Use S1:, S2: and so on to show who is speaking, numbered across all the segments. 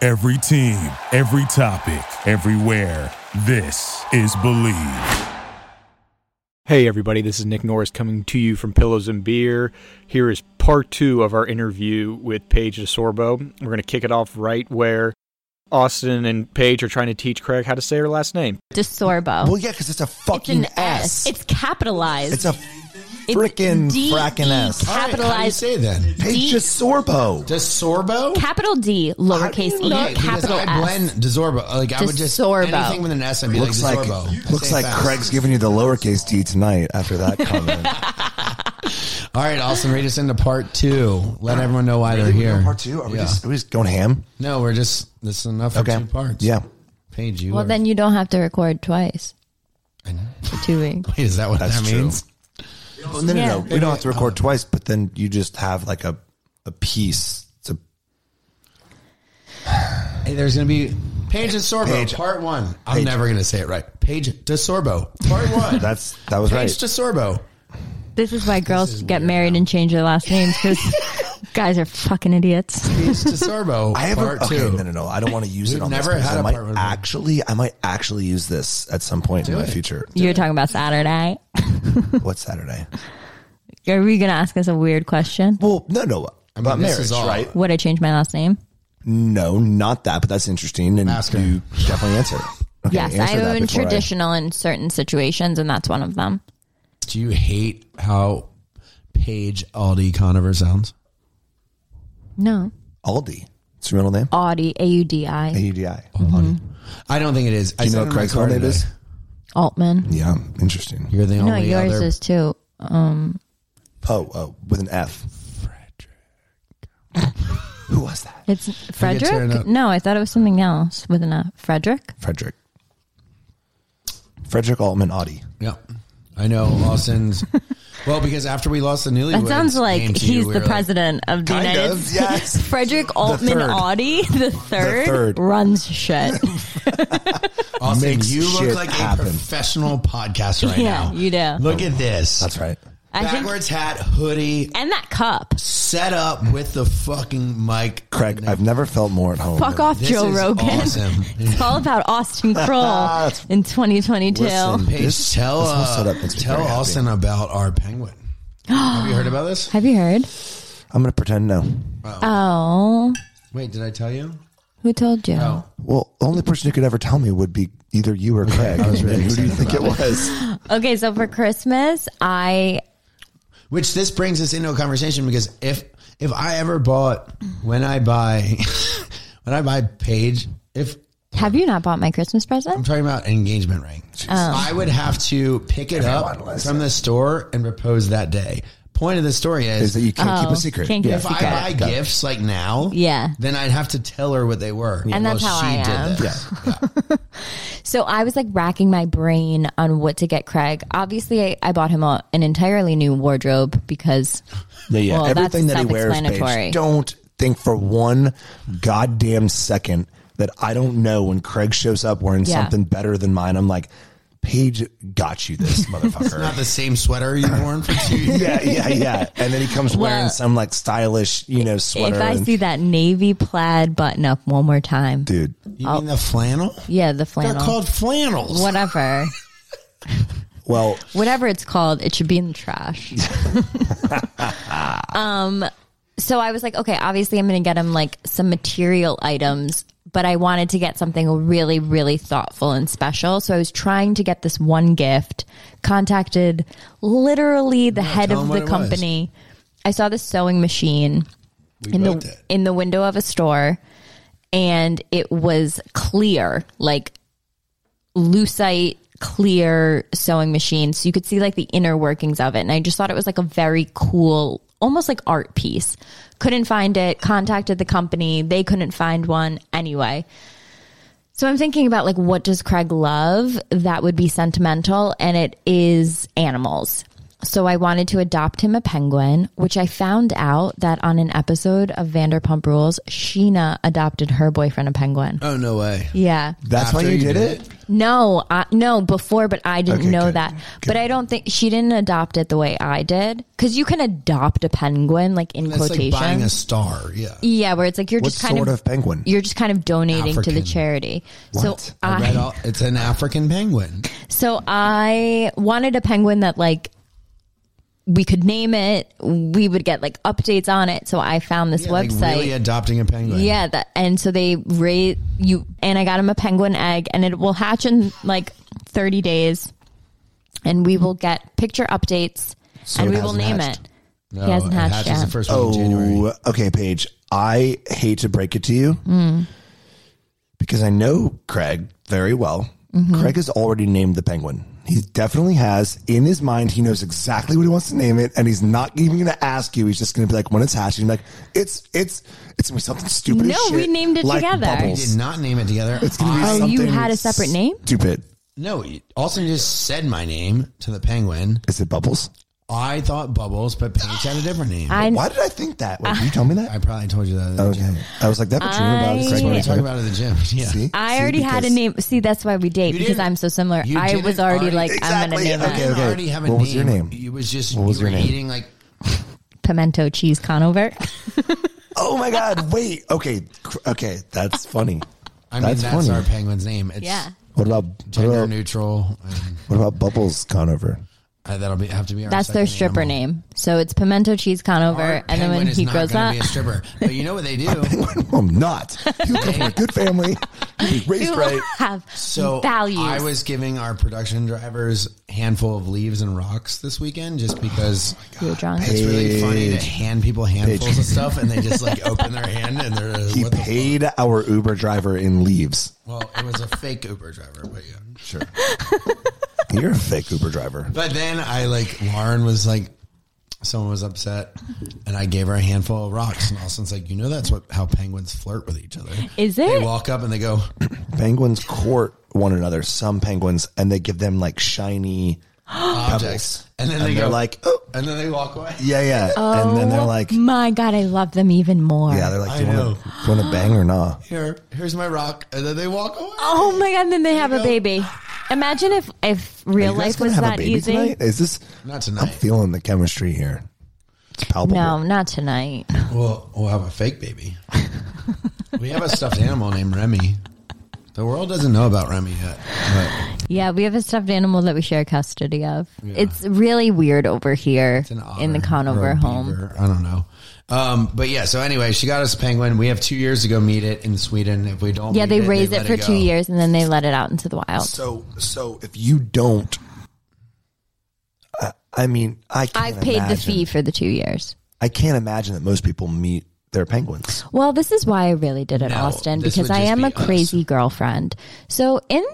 S1: Every team, every topic, everywhere. This is Believe.
S2: Hey, everybody, this is Nick Norris coming to you from Pillows and Beer. Here is part two of our interview with Paige DeSorbo. We're going to kick it off right where Austin and Paige are trying to teach Craig how to say her last name.
S3: DeSorbo.
S4: Well, yeah, because it's a
S3: Oh. it's an
S4: fucking
S3: S.
S4: S.
S3: It's capitalized.
S4: It's a frickin'
S3: D-
S4: frackin'
S3: E
S4: S.
S5: All right, how do you
S3: Capitalized.
S5: say then?
S4: Paige DeSorbo.
S5: Desorbo?
S3: Capital D, lowercase e,
S5: Yeah, because
S3: capital
S5: I blend
S3: S.
S5: Desorbo. Like I would just
S3: Desorbo.
S5: anything with an S, I'd be
S4: Looks
S5: like
S4: like
S5: Desorbo.
S4: looks
S5: Say
S4: like
S5: fast.
S4: Craig's giving you the lowercase d tonight after that comment.
S5: All right, Austin, read us into part two. Let everyone know why they're here.
S4: Part two? Are we,
S5: Yeah.
S4: just, are we just going ham?
S5: No, we're just this is enough for
S4: Okay.
S5: two parts.
S4: Yeah.
S5: Paige, you.
S3: Well,
S5: are-
S3: then you don't have to record twice
S5: I know.
S3: for two weeks.
S5: Wait, is that what
S4: That's
S5: that
S4: true.
S5: means?
S4: No, no, no,
S3: Yeah.
S4: no. We don't have to record twice, but then you just have like a a piece to
S5: Hey, there's gonna be Paige Desorbo
S4: Paige-
S5: part one. I'm
S4: Paige-
S5: never gonna say it right. Paige Desorbo part one.
S4: that's that was
S5: Paige
S4: right.
S5: Desorbo.
S3: This is why girls get married and change their last names because guys are fucking idiots.
S5: Paige Desorbo.
S4: I have
S5: part
S4: a, okay,
S5: two.
S4: no, no, no. I don't want to use
S5: We've
S4: it on
S5: never
S4: this. because
S5: had
S4: I
S5: a
S4: might
S5: part one.
S4: actually, I might actually use this at some point in my
S5: it.
S4: future.
S3: You were talking about Saturday.
S4: What's Saturday?
S3: Are we going to ask us a weird question?
S4: Well, no, no. about
S5: this
S4: marriage,
S5: is all-
S4: right?
S3: Would I change my last name?
S4: No, not that, but that's interesting, and
S5: Ask her.
S4: you definitely answer. Okay,
S3: yes,
S4: answer that
S3: I'm
S4: before I-
S3: traditional in certain situations, and that's one of them.
S5: Do you hate how Paige Aldi Conover sounds?
S3: No.
S4: Aldi. It's your middle name?
S5: Oh.
S3: Audi, A U D I.
S4: AUDI.
S5: I don't think Oh. it is.
S4: Mm-hmm.
S5: I
S4: You know
S5: said
S4: what
S5: in my
S4: Craig's
S5: car
S4: middle name
S5: today.
S4: is?
S3: Altman.
S4: Yeah, interesting.
S5: You're the
S3: No,
S5: only
S3: yours
S5: other.
S3: is too.
S4: Oh, oh, with an F. Who was that?
S3: It's
S5: tearing
S3: Frederick?
S5: up.
S3: No, I thought it was something else with an F. Frederick?
S4: Frederick. Frederick Altman Audi.
S5: yeah, I know Austin's. well, because after we lost the newlyweds,
S3: That sounds like
S5: game to you,
S3: he's
S5: we
S3: the
S5: were like,
S3: president of the
S4: Kind
S3: United
S4: of,
S3: States.
S4: yes.
S3: Frederick Altman
S4: third.
S3: Audi, the third,
S4: third.
S3: runs shit.
S5: Austin,
S4: makes
S5: you look
S4: shit
S5: like
S4: happen.
S5: a professional podcaster right
S3: yeah,
S5: now.
S3: you do.
S5: Look at this.
S4: That's right.
S3: I think-
S5: Backwards hat, hoodie,
S3: and that cup.
S5: set up with the fucking mic.
S4: Craig, I've never felt more at home.
S3: Fuck
S4: than-
S3: off,
S5: This
S3: Joe
S5: is
S3: Rogan.
S5: awesome.
S3: it's all about Austin Kroll in 2022.
S4: Listen,
S5: Paige,
S4: this,
S5: tell
S4: this whole
S5: uh,
S4: setup makes me
S5: tell
S4: very happy.
S5: Austin about our penguin. Have you heard about this?
S3: Have you heard?
S4: I'm going to pretend no.
S3: Oh,
S5: Wait, did I tell you?
S3: who told you?
S5: Oh,
S4: Well, the only person who could ever tell me would be either you or Craig.
S5: I was really
S4: And who do you
S5: excited
S4: think it
S5: about
S4: was?
S3: Okay, so for Christmas, I
S5: Which this brings us into a conversation because if if I ever bought when I buy when I buy Paige, if
S3: have you not bought my Christmas
S5: I'm
S3: present?
S5: talking about an engagement ring,
S3: Oh.
S5: I would have to pick it up
S4: listen.
S5: from the store and propose that day. Point of the story is,
S4: Is that you can't keep
S3: Oh,
S4: a secret.
S3: can't keep a
S4: yeah.
S5: if I
S3: secret.
S5: buy gifts like now,
S3: Yeah.
S5: then I'd have to tell her what they were.
S3: And that's how I am.
S5: this.
S3: So I was like racking my brain on what to get Craig. Obviously, I, I bought him a, an entirely new wardrobe because
S4: Yeah, yeah.
S3: Well, that's
S4: Everything that he wears,
S3: self-explanatory.
S4: Paige, don't think for one goddamn second that I don't know when Craig shows up wearing
S3: Yeah.
S4: something better than mine. I'm like, Paige got you this,
S5: Not
S4: motherfucker.
S5: the same sweater you've worn for two years.
S4: yeah, yeah, yeah. And then he comes wearing
S3: Well,
S4: some like stylish, you know, sweater.
S3: if I
S4: and-
S3: see that navy plaid button up one more time,
S4: dude,
S5: You mean the flannel?
S3: yeah, the
S5: They're
S3: flannel,
S5: called flannels.
S3: whatever,
S4: well,
S3: whatever it's called, it should be in the trash. um, so I was like, okay, obviously I'm going to get him like some material items, but I wanted to get something really, really thoughtful and special. So I was trying to get this one gift. Contacted literally the head
S5: tell
S3: of
S5: him
S3: the
S5: what it was.
S3: company. I saw the sewing machine. in the
S5: both did.
S3: in the window of a store and it was clear like lucite clear sewing machine so you could see like the inner workings of it and i just thought it was like a very cool almost like art piece couldn't find it contacted the company they couldn't find one anyway so i'm thinking about like what does craig love that would be sentimental and it is animals so I wanted to adopt him a penguin, which I found out that on an episode of Vanderpump Rules, Sheena adopted her boyfriend a penguin.
S5: Oh no way!
S3: Yeah.
S4: that's why
S5: After
S4: you
S5: you
S4: did
S5: did
S4: it?
S3: No, I, no, before, but I didn't
S4: Okay,
S3: know
S4: good,
S3: that. But I don't think she didn't adopt it the way I did, because you can adopt a penguin, like in
S5: That's like
S3: quotation.
S5: buying a star. Yeah.
S3: yeah, where it's like you're
S4: What
S3: just kind
S4: sort of, penguin?
S3: you're just kind of donating to
S5: African.
S3: the charity.
S4: What?
S3: So
S5: I read
S3: I,
S5: all, it's an African penguin.
S3: so I wanted a penguin that like we could name it, we would get like updates on it. So I found this
S5: Yeah, like
S3: website.
S5: really adopting a penguin.
S3: Yeah, that, and so they raise you, and I got him a penguin egg, and it will hatch in like thirty days, and we will get picture updates, and
S4: it
S3: we will
S4: hasn't
S3: name
S4: hatched.
S3: it. he hasn't
S5: it
S3: hatched
S5: hatches
S3: yet.
S5: the first week
S4: Oh,
S5: of January.
S4: okay, Paige. I hate to break it to you because I know Craig very well.
S3: Mm-hmm.
S4: Craig has already named the penguin. He definitely has in his mind. He knows exactly what he wants to name it, and he's not even going to ask you. He's just going to be like, when it's hatching, like it's it's it's gonna be something stupid. as
S3: No,
S4: shit,
S3: we named it
S4: like
S3: together.
S5: We did
S4: Bubbles.
S5: not name it together.
S4: It's gonna be
S3: Oh, you
S4: something
S3: had a separate name?
S4: Stupid.
S5: no, Austin just said my name to the penguin.
S4: Is it bubbles?
S5: I thought Bubbles, but Paige had a different name. I,
S3: I
S4: Why did I think that? Wait, did you tell me that?
S5: probably told you
S4: Oh,
S5: that. Okay.
S4: Okay, I was like that. But you know about it. Craig
S5: That's what we
S4: knows
S5: talk
S4: about it.
S5: about at the gym. Yeah.
S4: See?
S3: I
S4: See,
S3: already had a
S4: because-
S3: name. See, that's why we date
S5: You
S3: because
S5: didn't-
S3: I'm so similar.
S5: you
S3: I was already
S5: didn't already-
S3: like, I'm gonna
S4: Exactly,
S3: name
S5: Okay,
S4: Okay,
S3: it
S5: okay.
S4: okay.
S5: already have a
S4: What
S5: name.
S4: was your name?
S5: You was just
S4: What was
S5: you
S4: your
S5: were
S4: name?
S5: eating like
S3: pimento cheese conover.
S4: Oh my God! Wait. Okay. Cr- Okay. That's funny.
S5: I mean
S4: that's
S5: that's,
S4: funny.
S5: our penguin's name. It's
S3: yeah,
S4: What about what
S5: gender
S4: about,
S5: neutral. and,
S4: what about Bubbles Conover?
S5: uh, that'll be have to be our
S3: that's their
S5: second
S3: stripper
S5: animal.
S3: name. So it's pimento cheese
S5: Our
S3: conover, and then
S5: penguin
S3: when
S5: is
S3: he
S5: not
S3: grows
S5: gonna
S3: up,
S5: be a stripper. But you know what they do?
S4: I'm not. You come from a good family. You were
S3: he
S4: raised
S3: will
S4: right.
S3: have
S5: So
S3: values.
S5: I was giving our production drivers handful of leaves and rocks this weekend just because
S3: You were drunk.
S5: it's really funny to
S4: Paige.
S5: hand people handfuls
S4: Paige.
S5: of stuff and they just like open their hand and they're like,
S4: He
S5: what the fuck?
S4: paid our Uber driver in leaves.
S5: Well, it was a fake Uber driver, but yeah, sure.
S4: You're a fake Uber driver.
S5: But then I like Lauren was like, someone was upset, and I gave her a handful of rocks, and Austin's like, you know, that's what how penguins flirt with each other.
S3: Is
S5: They
S3: it?
S5: walk up and they go,
S4: Penguins court one another. Some penguins, and they give them like shiny
S5: objects,
S4: pebbles,
S5: and then they
S4: are
S5: go
S4: like, oh
S5: and then they walk away.
S4: yeah, yeah, and then they're like,
S3: my God, I love them even more.
S4: yeah, they're like, do you
S5: I
S4: want to want to bang or not?
S5: Here, here's my rock, and then they walk away.
S3: oh my God, and then they have a baby. Imagine if if real
S4: You guys
S3: life
S4: gonna
S3: was
S4: have
S3: that
S4: a baby
S3: easy.
S4: tonight? Is this?
S5: Not
S4: I'm
S5: tonight.
S4: feeling the chemistry here. It's palpable.
S3: No, not tonight.
S5: We'll we'll have a fake baby. we have a stuffed animal named Remy. The world doesn't know about Remy yet. But
S3: Yeah, we have a stuffed animal that we share custody of. It's really weird over here
S5: it's an otter
S3: in the
S5: or
S3: Conover
S5: a
S3: home.
S5: beaver. I don't know. Um, but yeah, so anyway, she got us a penguin. We have two years to go meet it in Sweden. If we don't,
S3: Yeah,
S5: meet
S3: they raise it,
S5: let
S3: for
S5: go.
S3: two years and then they let it out into the wild.
S4: So, so if you don't, I, I mean, I can't
S3: I've paid the
S4: imagine-
S3: fee for the two years.
S4: I can't imagine that most people meet their penguins.
S3: Well, this is why I really did it,
S5: No,
S3: Austin,
S5: this
S3: because
S5: would
S3: I
S5: just
S3: am
S5: be
S3: a
S5: us.
S3: crazy girlfriend. So, in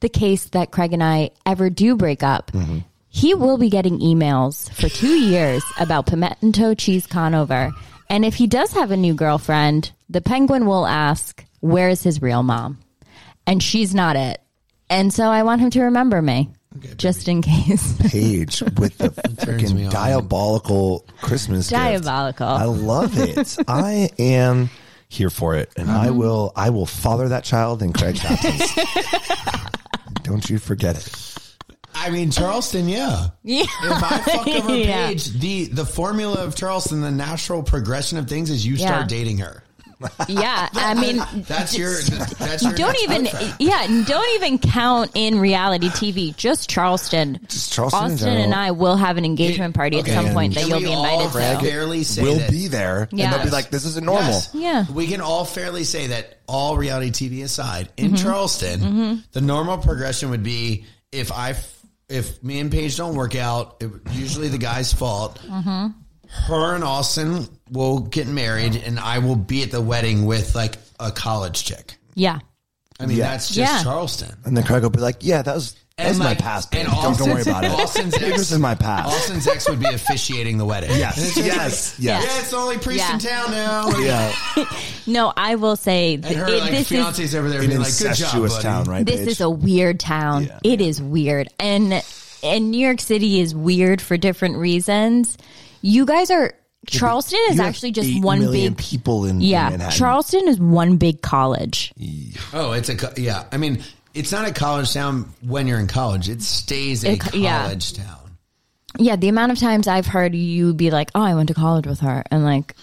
S3: the case that Craig and I ever do break up,
S5: Mm-hmm.
S3: he will be getting emails for two years about pimento cheese conover. And if he does have a new girlfriend, the penguin will ask, Where is his real mom? And she's not it. And so I want him to remember me just in case.
S4: Page with the
S5: Turns me
S4: freaking
S5: on.
S4: diabolical Christmas. gift.
S3: Diabolical.
S4: I love it. I am here for it, and
S3: Mm-hmm.
S4: I will. I will father that child in Craig's absence. don't you forget it.
S5: I mean, Charleston, yeah.
S3: Yeah.
S5: If I fuck over
S3: Yeah.
S5: Paige, the the formula of Charleston, the natural progression of things is you
S3: Yeah.
S5: start dating her.
S3: yeah. I mean,
S5: That's your. That's your.
S3: don't even yeah and don't even count in reality tv just charleston
S4: Just Charleston in
S3: austin
S4: general.
S3: and i will have an engagement party
S5: Okay.
S3: at some point that
S5: Can
S3: you'll
S5: we
S3: be
S5: all
S3: invited to
S5: Fairly say
S4: We'll
S5: that-
S4: be there,
S3: Yeah.
S4: and they'll be like, "This isn't normal."
S5: Yes.
S3: Yeah.
S5: We can all fairly say that all reality TV aside, in Charleston, the normal progression would be if I f- if me and Paige don't work out, it, usually the guy's fault. Her and Austin will get married, and I will be at the wedding with like a college chick.
S3: yeah
S5: I mean,
S4: Yeah.
S5: that's just
S3: Yeah.
S5: Charleston.
S4: And then Craig will be like, "Yeah, that was that was
S5: like-
S4: my past.
S5: and
S4: babe. Don't, don't worry
S5: Austin's-
S4: about it.
S5: Austin's
S4: it
S5: ex-
S4: was in my past."
S5: Austin's ex would be officiating the wedding. And
S4: yes,
S5: it's just like,
S4: yes,
S3: Yeah.
S5: Yeah,
S4: yes.
S5: it's the only priest in
S3: Yeah.
S5: town now.
S4: Yeah,
S3: no i will say th-
S5: And her
S3: it-
S5: like
S3: this is
S5: fiance's over there
S4: an
S5: being like, "Good job,
S4: incestuous
S5: buddy."
S4: town, right?
S3: this
S4: Paige?
S3: is a weird town
S4: Yeah.
S3: It is weird and and new york city is weird for different reasons you guys are charleston is
S4: You have
S3: actually just
S4: eight
S3: one
S4: million
S3: big
S4: people in in
S3: yeah
S4: Manhattan.
S3: charleston is one big college
S5: Oh, it's a co- yeah. I mean, It's not a college town when you're in college. It stays a
S3: It-
S5: college
S3: yeah.
S5: town.
S3: Yeah, the amount of times I've heard you be like, "Oh, I went to college with her," and like,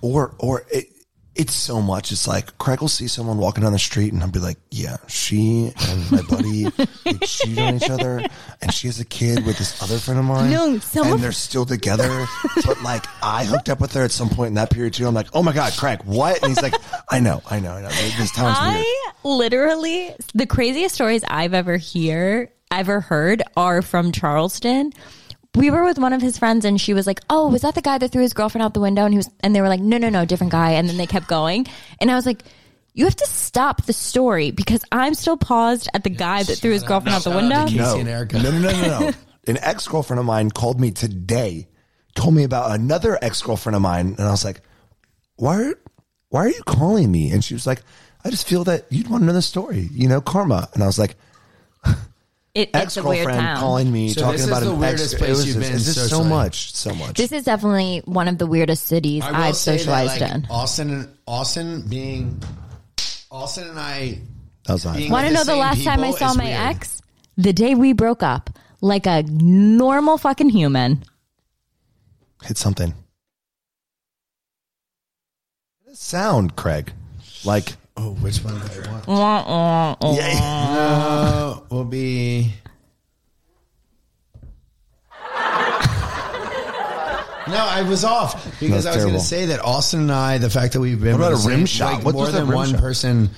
S4: or or it, it's so much. It's like Craig will see someone walking down the street, and I'll be like, "Yeah, she and my buddy they cheated on each other, and she has a kid with this other friend of mine.
S3: No, some
S4: and
S3: of-
S4: they're still together. but like, I hooked up with her at some point in that period too. I'm like, oh my god, Craig, what? And he's like, I know, I know, I know. This town's weird.
S3: I literally the craziest stories I've ever hear ever heard are from Charleston. We were with one of his friends and she was like, "Oh, was that the guy that threw his girlfriend out the window?" And he was and they were like, "No, no, no, different guy." And then they kept going. And I was like, "You have to stop the story because I'm still paused at the guy that threw his girlfriend out the
S5: shout out to
S3: window."
S5: Casey
S4: No.
S5: and Erica.
S4: No, no, no, no, no. An ex girlfriend of mine called me today, told me about another ex girlfriend of mine, and I was like, "Why? Are, why are you calling me?" And she was like, "I just feel that you'd want to know the story, you know, karma." And I was like,
S3: It, it's
S4: "Ex
S3: a weird
S4: girlfriend
S3: town.
S4: calling me,
S5: So
S4: talking
S5: this is
S4: about
S5: the
S4: an
S5: weirdest
S4: ex.
S5: place
S4: was
S5: you've
S4: just-
S5: been
S4: it's just so
S5: socially.
S4: much, so much."
S3: this is definitely one of the weirdest cities
S5: I will
S3: I've
S5: say
S3: socialized
S5: that, like,
S3: in.
S5: Austin and Austin being Austin and I
S4: that was
S5: being
S4: awesome.
S3: Want to
S5: with
S3: know the
S5: same
S3: last time I
S5: people
S3: saw
S5: is
S3: my
S5: weird.
S3: ex? The day we broke up, like a normal fucking human.
S4: Hit something. Sound, Craig. Like
S5: Oh, which one do I want?
S4: yeah,
S5: Uh, will be. No, I was off because
S4: That's
S5: I was going
S4: terrible.
S5: to say that Austin and I, the fact that we've been
S4: What about
S5: with the
S4: a rim
S5: same-
S4: shot?
S5: like,
S4: What
S5: more
S4: was that
S5: than
S4: rim
S5: one
S4: shot?
S5: person,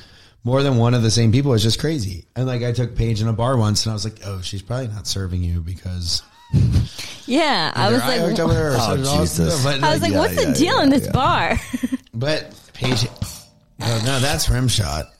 S5: more than one of the same people is just crazy. And like I took Paige in a bar once, and I was like, "Oh, she's probably not serving you because
S3: Yeah, I was
S5: either I hooked
S3: like,
S5: up with her." Or
S4: Oh,
S5: so did Austin,
S4: Jesus.
S5: But,
S3: I was like,
S4: Yeah,
S3: what's
S4: yeah,
S3: the deal
S4: yeah,
S3: in this
S4: yeah.
S3: bar?
S5: but Paige, oh no, that's rim shot.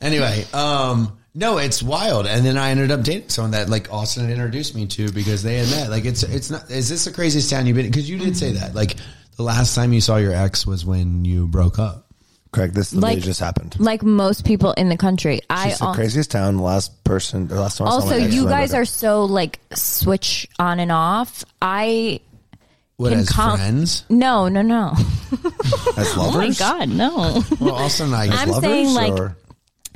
S5: anyway, um, no, it's wild. And then I ended up dating someone that like Austin had introduced me to because they had met. Like, it's it's not. Is this the craziest town you've been? Because you did say that. Like, the last time you saw your ex was when you broke up.
S4: Craig. This literally
S3: Like-
S4: just happened.
S3: like most people in the country. I
S4: It's the
S3: al-
S4: craziest town. Last person. The last time. I saw
S3: also,
S4: my ex
S3: you
S4: was
S3: guys
S4: Alberta.
S3: are so like switch on and off. I
S5: What
S3: Can
S5: as
S3: com-
S5: friends?
S3: no, no, no.
S4: as
S3: Oh my
S4: lovers.
S3: god, no.
S5: Well, Austin and I.
S3: I'm
S4: lovers
S3: saying like
S4: or-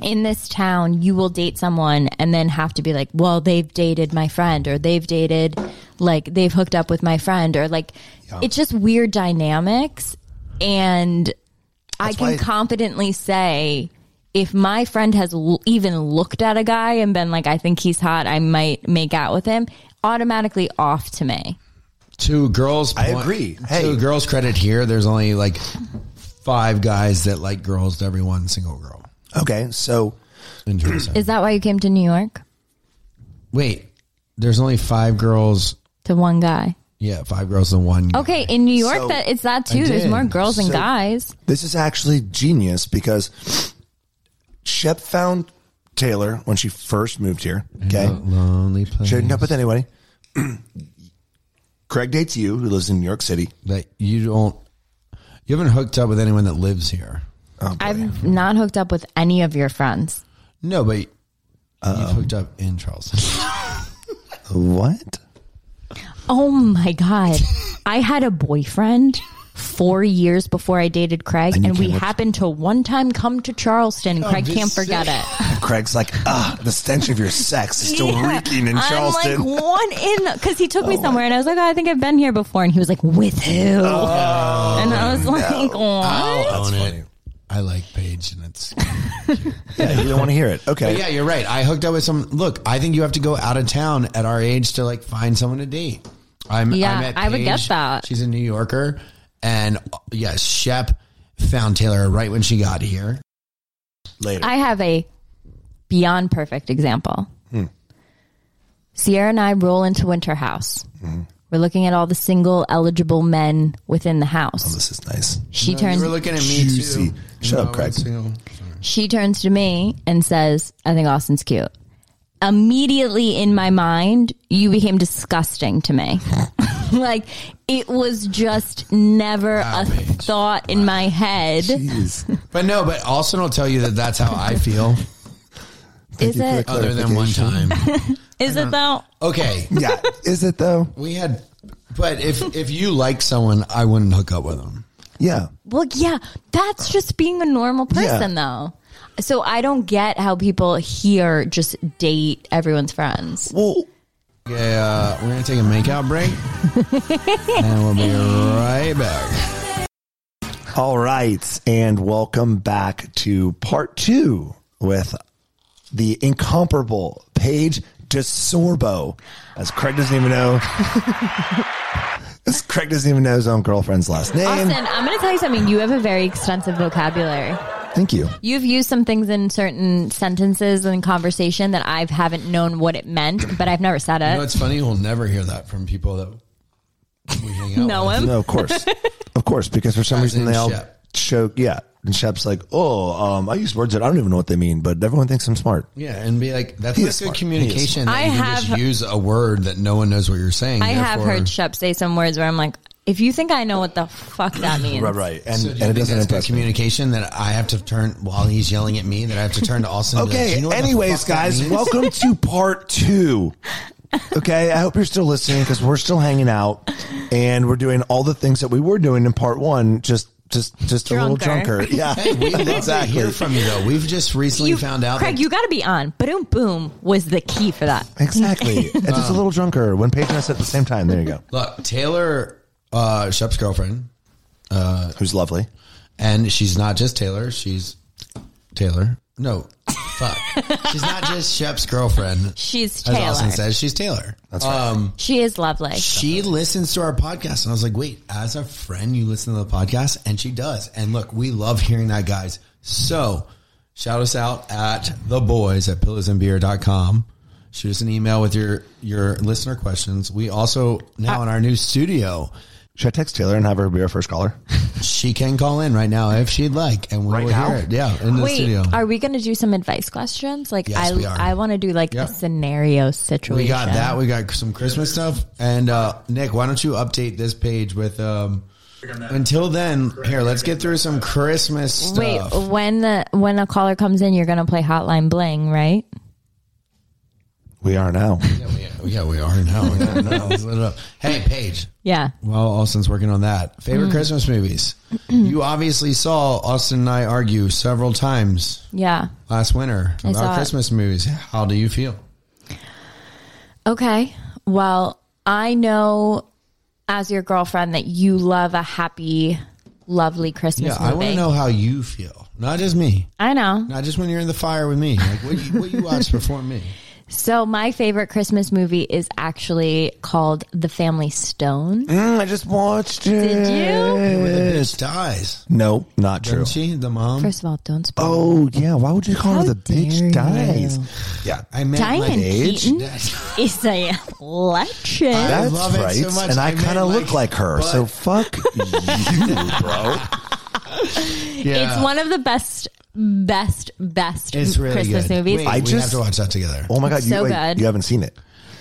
S3: in this town, you will date someone and then have to be like, well, they've dated my friend or they've dated like they've hooked up with my friend or like it's just weird dynamics. And I can
S4: why-
S3: confidently say if my friend has l- even looked at a guy and been like, I think he's hot, I might make out with him, automatically off to me.
S5: To girls,
S4: I
S5: point-
S4: agree.
S5: To
S4: Hey.
S5: girls' credit here, there's only like five guys that like girls to every one single girl.
S4: okay, so
S5: Interesting.
S3: Is that why you came to New York?
S5: Wait, there's only five girls.
S3: To one guy.
S5: Yeah, five girls and one. guy.
S3: Okay, in New York,
S4: So-
S3: that it's that too.
S5: I
S3: There's
S5: did.
S3: more girls than
S4: So-
S3: guys.
S4: this is actually genius because Shep found Taylor when she first moved here. Okay,
S3: Mm-hmm.
S5: Lonely place
S4: she ended up with anybody. Craig dates you, who lives in New York City.
S5: that you don't. You haven't hooked up with anyone that lives here.
S4: Oh,
S3: I've not hooked up with any of your friends.
S5: No, but you've hooked up in Charleston.
S4: What?
S3: Oh my God. I had a boyfriend four years before I dated Craig, and,
S4: you
S3: we
S4: came with-
S3: happened to one time come to Charleston.
S4: Oh,
S3: Craig
S5: this
S3: can't forget
S5: sick.
S3: it.
S4: Craig's like, ah, the stench of your sex is still
S3: Yeah.
S4: reeking in
S3: I'm
S4: Charleston.
S3: like one in because he took me somewhere, and I was like, oh, I think I've been here before, and he was like, with who?
S4: Oh,
S3: and I was like, what?
S5: I'll own it. I like Paige, and it's
S4: yeah, you don't want to hear it. Okay,
S5: yeah. You're right. I hooked up with some. Look, I think you have to go out of town at our age to like find someone to date. I'm.
S3: Yeah,
S5: i met
S3: I would
S5: Paige.
S3: get that.
S5: She's a New Yorker, and uh, yes, Shep found Taylor right when she got here.
S4: later.
S3: I have a beyond perfect example.
S5: Hmm.
S3: Sierra and I roll into Winter House.
S5: Hmm.
S3: We're looking at all the single eligible men within the house.
S4: this is nice.
S3: She
S5: You
S3: turns
S5: were looking at me
S4: Juicy.
S5: too.
S4: Shut up, Craig.
S3: she turns to me and says, I think Austin's cute. Immediately in my mind, you became disgusting to me. like it was just never a thought in my head.
S4: Jeez.
S5: But no, but Austin will tell you that that's how I feel.
S3: Is
S4: you for
S3: it
S4: the
S5: other than one time.
S3: is it though?
S5: Okay,
S4: Yeah, is it though?
S5: we had. But if if you like someone, I wouldn't hook up with them.
S4: Yeah.
S3: Well, yeah, that's just being a normal
S4: Yeah.
S3: person though. So I don't get how people here just date everyone's friends.
S4: Well,
S5: Okay, uh, we're gonna take a makeout break, and we'll be right back.
S4: all right. And welcome back to part two with the incomparable Paige DeSorbo. As Craig doesn't even know. as Craig doesn't even know his own girlfriend's last name.
S3: Austin, I'm going to tell you something. You have a very extensive vocabulary.
S4: Thank you.
S3: You've used some things in certain sentences and conversation that I haven't known what it meant, but I've never said
S5: You know,
S3: it.
S5: it's funny we'll never hear that from people that we hang out.
S3: No
S5: with.
S3: him.
S4: No, of course. of course, because for some
S5: As
S4: reason
S5: in
S4: they all
S5: Shep.
S4: choke. Yeah. And Shep's like, oh, um, I use words that I don't even know what they mean, but everyone thinks I'm smart.
S5: Yeah, and be like, that's
S4: He
S5: not
S4: is
S5: good
S4: smart.
S5: communication. That
S3: He
S5: you
S3: is
S5: can
S3: smart.
S5: just use a word that no one knows what you're saying.
S3: I have
S5: Therefore-
S3: heard Shep say some words where I'm like, if you think I know what the fuck that means.
S4: Right, right. And,
S5: So do you
S4: and it
S5: think
S4: doesn't
S5: that's good
S4: impress me.
S5: communication that I have to turn while he's yelling at me that I have to turn to Austin. and be like,
S4: Okay.
S5: uh, "Do you know what the
S4: anyways,
S5: fuck that
S4: guys,
S5: means?"
S4: welcome to part two. Okay. I hope you're still listening because we're still hanging out and we're doing all the things that we were doing in part one. Just, just, just a little
S3: Drunker.
S4: drunker. Yeah.
S5: Hey, we love to hear
S4: exactly.
S5: from you though. We've just recently
S3: You,
S5: found out.
S3: Craig,
S5: that-
S3: you got to be on. Boom, boom was the key for that.
S4: Exactly. And just a little drunker when Paige and I said at the same time. There you go.
S5: look, Taylor, uh, Shep's girlfriend,
S4: Who's lovely.
S5: and she's not just Taylor. She's Taylor. No, fuck. she's not just Shep's girlfriend.
S3: She's
S5: As Austin
S3: Taylor.
S5: says, she's Taylor.
S4: That's right.
S3: She is lovely.
S5: She listens to our podcast, and I was like, "Wait, as a friend, you listen to the podcast?" And she does. And look, we love hearing that, guys. So, shout us out at the boys at pillowsandbeer.com. Shoot us an email with your your listener questions. We also now
S4: Uh,
S5: in our new studio,
S4: Should I text Taylor and have her be our first caller?
S5: she can call in right now if she'd like, and we'll
S4: Right
S5: hear
S4: now?
S5: it. Yeah, in the
S3: Wait,
S5: studio.
S3: are we going to do some advice questions? Like,
S5: Yes,
S3: I
S5: we are.
S3: I want to do like
S5: Yeah.
S3: a scenario situation.
S5: we got that. We got some Christmas stuff. And uh, Nick, why don't you update this page with? Um, until then, here let's get through some Christmas
S3: Wait, oh.
S5: stuff.
S3: when the when a caller comes in, you're going to play Hotline Bling, right?
S4: We are now.
S5: Yeah, yeah, we are now. Yeah, no, let's let it up. hey, Paige.
S3: Yeah.
S5: While Austin's working on that,
S3: Mm-hmm.
S5: favorite Christmas movies. you obviously saw Austin and I argue several times
S3: Yeah.
S5: last winter
S3: saw
S5: about
S3: it.
S5: Christmas movies. How do you feel?
S3: Okay. Well, I know as your girlfriend that you love a happy, lovely
S5: Yeah,
S3: Christmas
S5: I want
S3: movie.
S5: to know how you feel, not just me,
S3: I know.
S5: not just when you're in the fire with me. Like what you, what you watched before me?
S3: So my favorite Christmas movie is actually called The Family Stone.
S4: Mm, I just watched it.
S3: Did
S5: Where the bitch dies,
S4: No, not true.
S5: doesn't she? The mom.
S3: First of all, don't spoil.
S4: Oh yeah, why would you call
S3: How
S4: her the bitch
S3: dare you.
S4: dies? Yeah,
S5: I meant
S3: Diane
S5: like
S3: age. Keaton?
S5: That's
S3: It's a legend.
S5: I
S4: that's
S5: love it so
S4: right.
S5: much.
S4: And I,
S5: I meant
S4: kind of look
S5: like-
S4: like her,
S5: but-
S4: so fuck you, bro.
S5: yeah.
S3: It's one of the best, best, best
S5: It's really
S3: Christmas
S5: good.
S3: movies.
S5: Wait,
S4: I
S5: we have
S4: just-
S5: to watch that together.
S4: Oh my god, you,
S3: So
S4: wait,
S3: good.
S4: you haven't seen it?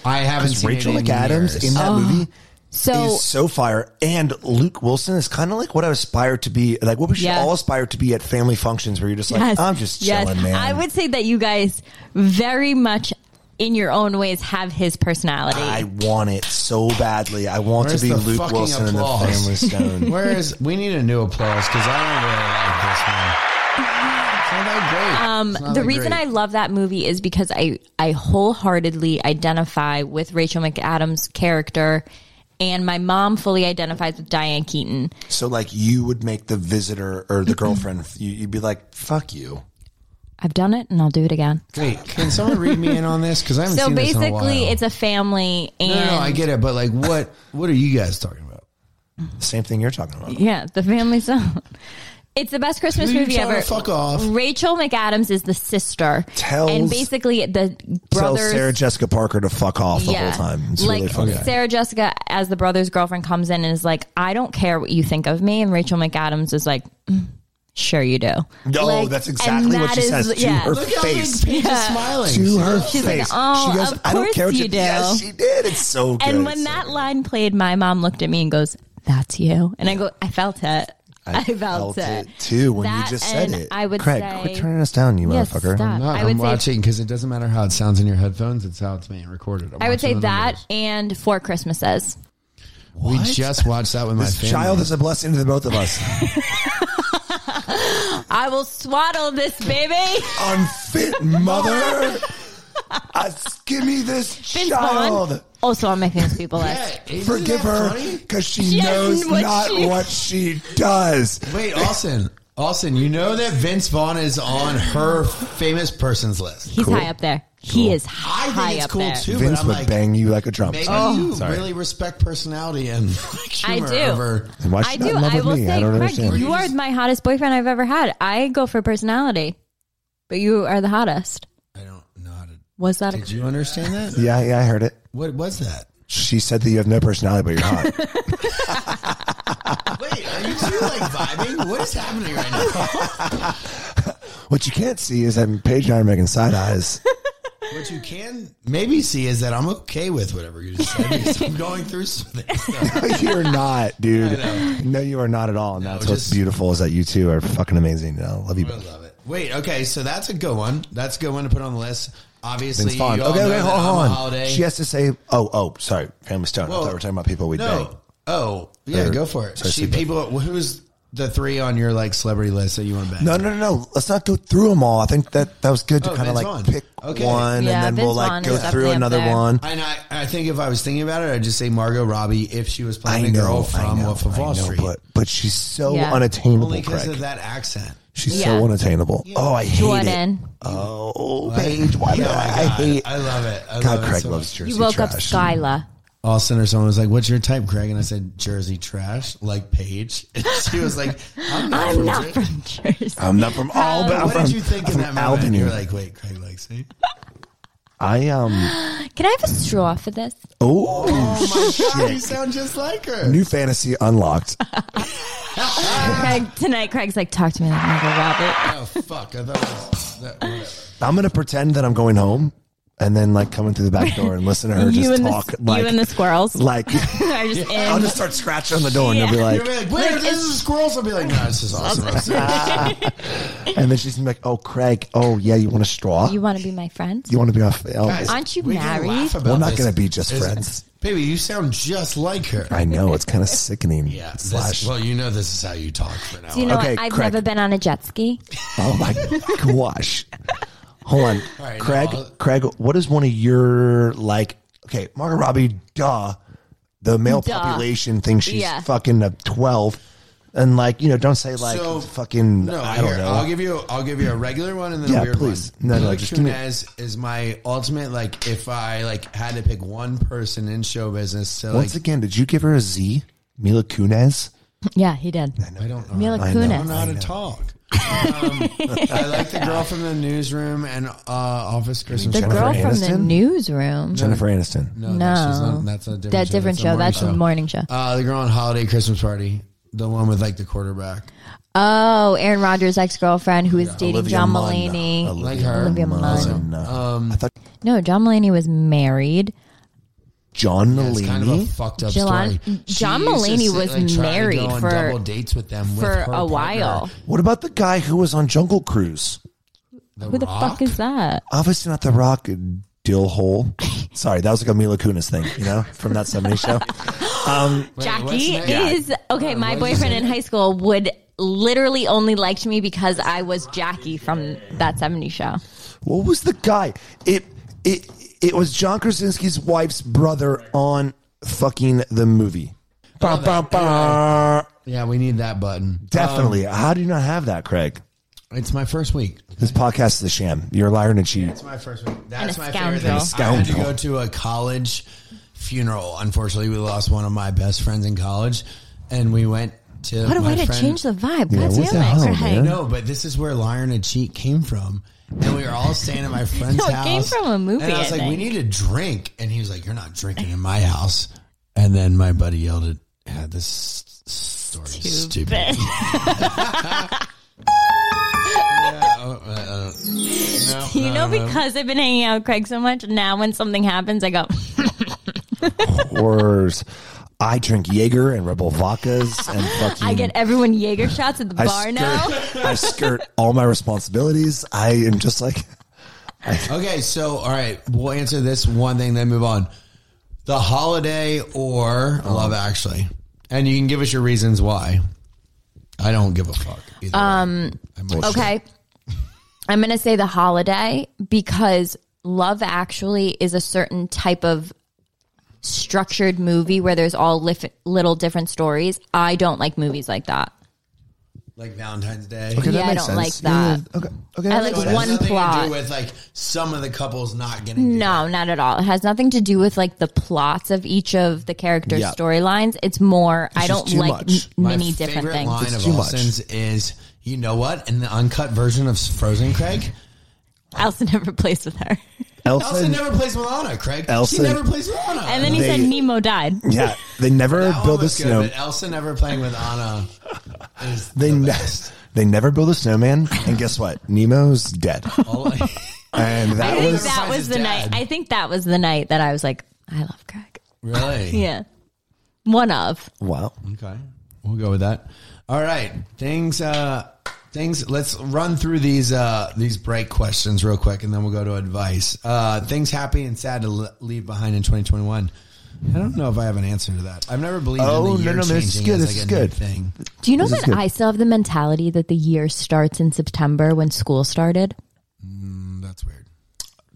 S5: I haven't
S4: It's
S5: seen
S4: Rachel
S5: it in
S4: McAdams
S5: years.
S4: in that movie
S3: so
S4: is so fire, and Luke Wilson is kind of like what I aspire to be, like what we should
S3: Yes.
S4: all aspire to be at family functions, where you're just like,
S3: yes,
S4: I'm just
S3: yes.
S4: chilling, man.
S3: I would say that you guys very much, in your own ways, have his personality.
S4: I want it so badly. I want
S5: Where's
S4: to be
S5: the
S4: Luke
S5: fucking
S4: Wilson in the
S5: applause?
S4: Family Stone.
S5: Where is we need a new applause because I don't really like this one. It's not that great.
S3: Um,
S5: It's not
S3: the
S5: that
S3: reason I
S5: great.
S3: love that movie is because I, I wholeheartedly identify with Rachel McAdams' character, and my mom fully identifies with Diane Keaton.
S4: so like, you would make the visitor or the girlfriend. You, you'd be like, fuck you.
S3: I've done it, and I'll do it again.
S5: wait. Can someone read me in on this? Because I haven't
S3: So
S5: seen this in a while.
S3: basically, it's a family, and
S5: no, no, no, I get it, but like, what what are you guys talking about?
S4: Same thing you're talking about.
S3: yeah, the family zone. It's the best Christmas
S5: Who you
S3: movie
S5: trying to
S3: ever.
S5: fuck off?
S3: Rachel McAdams is the sister,
S4: Tells-
S3: and basically the
S4: Tell
S3: brothers.
S4: Sarah Jessica Parker to fuck off the whole time. It's
S3: like
S4: really funny.
S3: Sarah Jessica, as the brother's girlfriend, comes in and is like, "I don't care what you think of me," and Rachel McAdams is like, "Mm, "Sure you do."
S4: No,
S3: Like,
S4: that's
S3: and
S4: exactly what
S3: that
S4: she
S3: is-
S4: says to
S3: yeah.
S4: her
S5: Look how big
S4: face.
S5: Paige is smiling.
S4: To her
S3: like,
S4: face.
S3: "Oh,
S4: she goes,
S3: of
S4: I don't
S3: course
S4: care what
S3: you
S4: you,
S3: do."
S4: Yes, she did. It's so good.
S3: And when
S4: It's
S3: that line played, my mom looked at me and goes, "That's you," and I go, "I felt it. I,
S4: so-
S3: felt, it."
S4: too when
S3: That
S4: you just said
S3: and
S4: it.
S3: I would
S4: Craig,
S3: say-
S4: quit turning us down, you
S3: Yeah,
S4: motherfucker.
S3: stop.
S5: I'm not.
S3: I
S5: I
S3: would
S5: am
S3: say-
S5: watching because it doesn't matter how it sounds in your headphones; it's how it's being recorded. I'm
S3: I would
S5: watching
S3: say
S5: the
S3: that
S5: numbers.
S3: and Four Christmases.
S5: we just watched that with my
S4: This
S5: family.
S4: child is a blessing to the both of us.
S3: I will swaddle this baby.
S4: Unfit mother. I, give me this
S3: Vince
S4: child.
S3: Vaughn, also on my famous people list.
S5: Yeah, isn't
S4: Forgive
S5: that
S4: her
S5: funny?
S4: because she,
S3: She
S4: knows
S3: hasn't what
S4: not
S3: she-
S4: what she does.
S5: Wait, Austin. Austin, you know that Vince Vaughn is on her famous persons list.
S3: He's high up there. He is high,
S5: I think
S3: up
S5: it's cool
S3: there. Oh.
S5: too,
S4: Vince
S5: but I'm
S4: would
S5: like,
S4: bang you like a drum.
S5: maybe
S4: set.
S5: you
S4: Sorry.
S5: really respect personality and like,
S3: I
S5: humor
S3: do.
S5: over.
S4: And why
S3: I
S4: she not
S3: do.
S4: in love
S3: I
S4: with
S3: will
S4: me?
S3: say,
S4: I don't
S3: Craig,
S4: understand.
S3: you are my hottest boyfriend I've ever had. I go for personality, but you are the hottest.
S5: I don't know how to.
S3: Was that a
S5: Did you understand that?
S4: Yeah, yeah, I heard it.
S5: What was that?
S4: She said that you have no personality, but you're hot.
S5: Wait, are you two like vibing? What is happening right now?
S4: what you can't see is that Paige and I are making side eyes.
S5: What you can maybe see is that I'm okay with whatever you just said. because I'm going through something.
S4: you're not, dude. No, you are not at all. And that's what's
S5: just-
S4: beautiful is that you two are fucking amazing. I love you
S5: I
S4: both.
S5: love it. Wait, okay, so that's a good one. That's a good one to put on the list. Obviously,
S4: It's fun.
S5: you all
S4: Okay,
S5: know
S4: okay,
S5: that
S4: hold,
S5: I'm
S4: hold
S5: a
S4: on.
S5: Holiday.
S4: She has to say, "Oh, oh, sorry, Family Stone." I
S5: Whoa.
S4: thought we were talking about people we'd
S5: no.
S4: bang.
S5: Oh, yeah,
S4: Or-
S5: go for it.
S4: sorry,
S5: She,
S4: sleep
S5: people, who's the three on your like celebrity list that you want to bang?
S4: No, no, no, no. Let's not go through them all. I think that that was good to
S5: Oh,
S4: kind of
S5: Vince
S4: like
S5: Vaughn.
S4: pick
S5: Okay.
S4: one,
S3: Yeah,
S4: and then we'll
S3: Vince
S4: like
S3: Vaughn
S4: go
S3: is up
S4: through
S3: there, up
S4: another
S3: there.
S4: one.
S5: And I, I think if I was thinking about it, I'd just say Margot Robbie if she was
S4: I
S5: playing a girl
S4: know, I
S5: from
S4: know,
S5: Wolf of
S4: I
S5: Wall
S4: know,
S5: Street.
S4: but but she's so
S3: Yeah.
S5: Only
S4: unattainable,
S5: because of
S4: Craig.
S5: that accent.
S4: She's
S3: Yeah.
S4: so unattainable. Oh, I hate it.
S3: Jordan?
S4: Oh, Paige, why did
S5: Oh my
S4: I? I
S5: God,
S4: hate.
S5: I love it. I love
S4: God,
S5: it
S4: Craig
S5: so
S4: loves
S5: much.
S4: Jersey
S3: You woke
S4: trash.
S3: up Skyla.
S5: Austin or someone was like, "What's your type, Craig?" And I said, "Jersey trash, like Paige." And she was like, "I'm not
S3: I'm
S5: from
S3: not
S5: Jer-
S3: from Jersey.
S4: I'm not from Albany. I'm
S5: What
S4: from,
S5: did you think
S4: I'm
S5: in
S4: from
S5: that moment?
S4: Albany.
S5: You were like, "Wait, Craig likes me."
S4: I um.
S3: Can I have a straw for this?
S4: Oh,
S5: Oh my god, you
S4: shit.
S5: sound just like her.
S4: New fantasy unlocked.
S3: Craig, tonight, Craig's like, talk to me like Margot Robbie.
S5: Oh fuck! I thought it was that, whatever.
S4: I'm gonna pretend that I'm going home, and then like coming through the back door and listen to her
S3: You
S4: just
S3: and,
S4: talk.
S3: the,
S4: like,
S3: you and the squirrels
S4: like
S3: are just
S4: I'll
S3: in.
S4: just start scratching on the door, and they'll be
S5: You'll be
S4: like,
S5: like, "Wait, this is squirrels." I'll be like, "No, this is awesome."
S4: and then she's gonna be like, "Oh, Craig. Oh, yeah, you want a straw?
S3: you
S4: You,
S3: want to be my friend?
S4: want to be off? Oh,
S5: Guys,
S3: Aren't you
S5: we can
S3: married?
S5: laugh about
S4: we're not
S5: this.
S4: gonna be just
S5: It's-
S4: friends.
S5: Baby, you sound just like her.
S4: I know it's kind of sickening.
S5: Yeah. this-
S4: Slash.
S5: well, you know this is how you talk for now.
S3: Do you know
S4: Okay,
S3: what? I've
S4: Craig.
S3: never been on a jet ski.
S4: Oh my gosh. Hold on,
S5: right,
S4: Craig.
S5: now I'll-
S4: Craig, what is one of your like? Okay, Margot Robbie. Duh, the male
S3: Duh.
S4: population thinks she's
S3: Yeah.
S4: fucking a twelve, and like you know, don't say like
S5: So-
S4: fucking.
S5: No,
S4: I don't
S5: here,
S4: know.
S5: I'll give you. I'll give you a regular one and then
S4: Yeah,
S5: a weird
S4: please.
S5: one.
S4: No, no,
S5: Mila
S4: just give me-
S5: Kunis is my ultimate. Like, if I like had to pick one person in show business to
S4: Once
S5: like,
S4: again, did you give her a Z? Mila Kunis.
S3: Yeah, he did.
S5: I don't know.
S3: Mila
S4: I know.
S5: I don't know
S3: Kunis.
S5: how to talk. Um, I like the girl from the newsroom and uh, Office Christmas.
S3: The
S5: Show.
S3: girl from the
S4: Aniston?
S3: newsroom.
S4: Jennifer Aniston.
S5: No,
S3: No.
S5: she's not- that's a different
S3: that
S5: show.
S3: different
S5: That's a
S3: show.
S5: morning
S3: That's a morning show.
S5: Uh, the girl on Holiday Christmas Party, the one with like the quarterback.
S3: Oh, Aaron Rodgers' ex girlfriend who is dating
S4: Olivia
S3: John
S4: Munn.
S3: Mulaney.
S5: Like her.
S3: Olivia Munn.
S4: Um, I thought
S3: No, John Mulaney was married.
S4: John
S5: It's
S4: Mulaney.
S5: kind of a fucked up
S3: Jelani-
S5: story.
S3: John
S5: She used to
S3: Mulaney
S5: sit,
S3: was
S5: try to go
S3: married
S5: on
S3: for-
S5: double dates with them with
S3: for
S5: her
S3: a
S5: partner.
S3: while.
S4: what about the guy who was on Jungle Cruise?
S5: The
S3: Who the
S5: Rock?
S3: fuck is that?
S4: Obviously not The Rock. Dill hole. Sorry, that was like a Mila Kunis thing, you know, from that '70s show. Um,
S5: Wait, what's
S3: Jackie
S5: the name?
S3: is okay. My
S5: what is
S3: boyfriend
S5: it?
S3: in high school would literally only liked me because I was Jackie from that 70s show.
S4: what was the guy? It it it was John Krasinski's wife's brother on fucking the movie. Bah, bah, bah.
S5: Yeah, we need that button.
S4: Definitely. How do you not have that, Craig?
S5: It's my first week.
S4: This podcast is a sham. You're a liar and a cheat.
S5: It's my first week. That's
S3: a
S5: my
S3: scoundrel.
S5: favorite thing. I had to
S4: Scoundrel.
S5: go to a college funeral. Unfortunately, we lost one of my best friends in college, and we went to
S3: What a
S5: my
S3: way to
S5: friend-
S3: change the vibe.
S4: Yeah,
S3: God
S4: what the
S3: damn it,
S4: hell,
S3: Craig.
S4: man?
S5: No, but this is where Lion and Cheat came from. And we were all staying at my friend's
S3: No, it
S5: house.
S3: came from a movie,
S5: And I was
S3: I
S5: like, we
S3: think.
S5: need a drink. And he was like, you're not drinking in my house. And then my buddy yelled at, yeah, this story is stupid.
S3: But-
S5: Uh, uh, uh, no,
S3: you
S5: no,
S3: know,
S5: no.
S3: because I've been hanging out with Craig so much, now when something happens, I go,
S4: Horrors. I drink Jaeger and Rebel vodkas and fucking.
S3: I get everyone Jaeger shots at the
S4: I
S3: bar now.
S4: skirt, I skirt all my responsibilities. I am just like
S5: Okay, so, all right, we'll answer this one thing, then move on. The holiday or love, actually. And you can give us your reasons why. I don't give a fuck. Either um,
S4: Bullshit.
S3: Okay. I'm going to say the holiday because Love Actually is a certain type of structured movie where there's all lif- little different stories. I don't like movies like that.
S5: like Valentine's Day.
S4: Okay,
S3: Yeah, I don't like
S4: Yeah,
S3: that.
S4: yeah, okay, okay.
S3: I
S4: that
S3: like
S4: makes
S5: It has
S3: one
S5: nothing to
S3: plot.
S5: do with like some of the couples not getting.
S3: No, not at all. It has nothing to do with like the plots of each of the characters'
S4: Yeah.
S3: storylines. It's more I
S4: It's just
S3: don't
S4: too
S3: like
S4: much.
S3: m-
S5: My
S3: many different
S5: favorite
S3: things.
S5: line
S4: It's
S5: of
S4: too much.
S5: Austin's is, you know what? In the uncut version of Frozen, Craig,
S3: Elsa never plays with her.
S4: Elsa,
S5: Elsa never plays Milana. Craig, she
S4: Elsa-
S5: never plays Milana.
S3: And then he
S4: They-
S3: said Nemo died.
S4: Yeah, they never
S5: That
S4: build
S5: one
S4: a
S5: was good,
S4: snow.
S5: but Elsa never playing with Anna. Is
S4: They ne- they never build a snowman, and guess what? Nemo's dead,
S5: all,
S4: and
S3: I
S4: that
S3: think
S4: was
S3: that was
S5: his
S3: the
S5: dad.
S3: night. I think that was the night that I was like, I love Craig.
S5: really
S3: Yeah. One of.
S4: wow.
S5: Okay, we'll go with that. All right, things, uh, things. Let's run through these uh, these break questions real quick, and then we'll go to advice. Uh, things happy and sad to le- leave behind in 2021. I don't know if I have an answer to that. I've never believed.
S4: Oh,
S5: in the
S4: no,
S5: year
S4: no, no, this is
S5: changing
S4: good,
S5: as,
S4: this
S5: like,
S4: is
S5: a new
S4: good.
S5: Thing.
S3: Do you know
S4: This is
S3: that
S4: good.
S3: I still have the mentality that the year starts in September when school started?
S5: That's weird.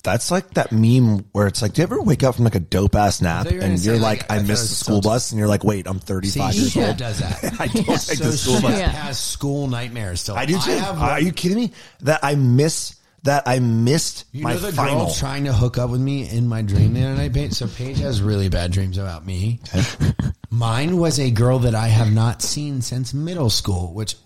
S4: That's like that meme where it's like, do you ever wake up from like a dope ass nap
S5: thought you were
S4: and
S5: gonna
S4: you're
S5: say,
S4: like,
S5: like, I
S4: I
S5: thought
S4: missed
S5: it
S4: the
S5: was
S4: school
S5: so-
S4: bus, and you're like, wait, I'm 35
S5: See,
S4: years
S5: still
S4: old.
S5: does that.
S4: I don't like
S5: so
S4: the school
S5: she
S4: bus.
S3: Yeah.
S5: has school nightmares still.
S4: I do too.
S5: have
S4: Are you kidding me? That I miss that I missed
S5: You
S4: my
S5: know the
S4: final.
S5: girl trying to hook up with me in my dream the other night, Paige. So Paige has really bad dreams about me. Mine was a girl that I have not seen since middle school, which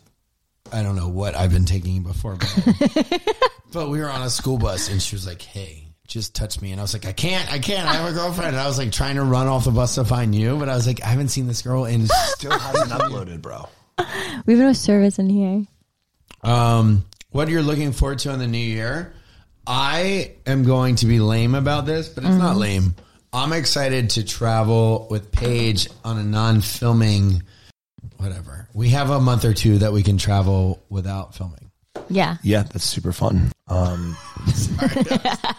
S5: I don't know what I've been taking before. But, but we were on a school bus, and she was like, "Hey, just touch me," and I was like, "I can't, I can't. I have a girlfriend." And I was like trying to run off the bus to find you, but I was like, "I haven't seen this girl in."
S4: Still hasn't uploaded, bro.
S3: We have no service in here.
S5: Um, what you're looking forward to in the new year? I am going to be lame about this, but it's
S4: Mm-hmm.
S5: not lame. I'm excited to travel with Paige on a non-filming, whatever. We have a month or two that we can travel without filming.
S3: Yeah.
S4: Yeah, that's super fun. Um,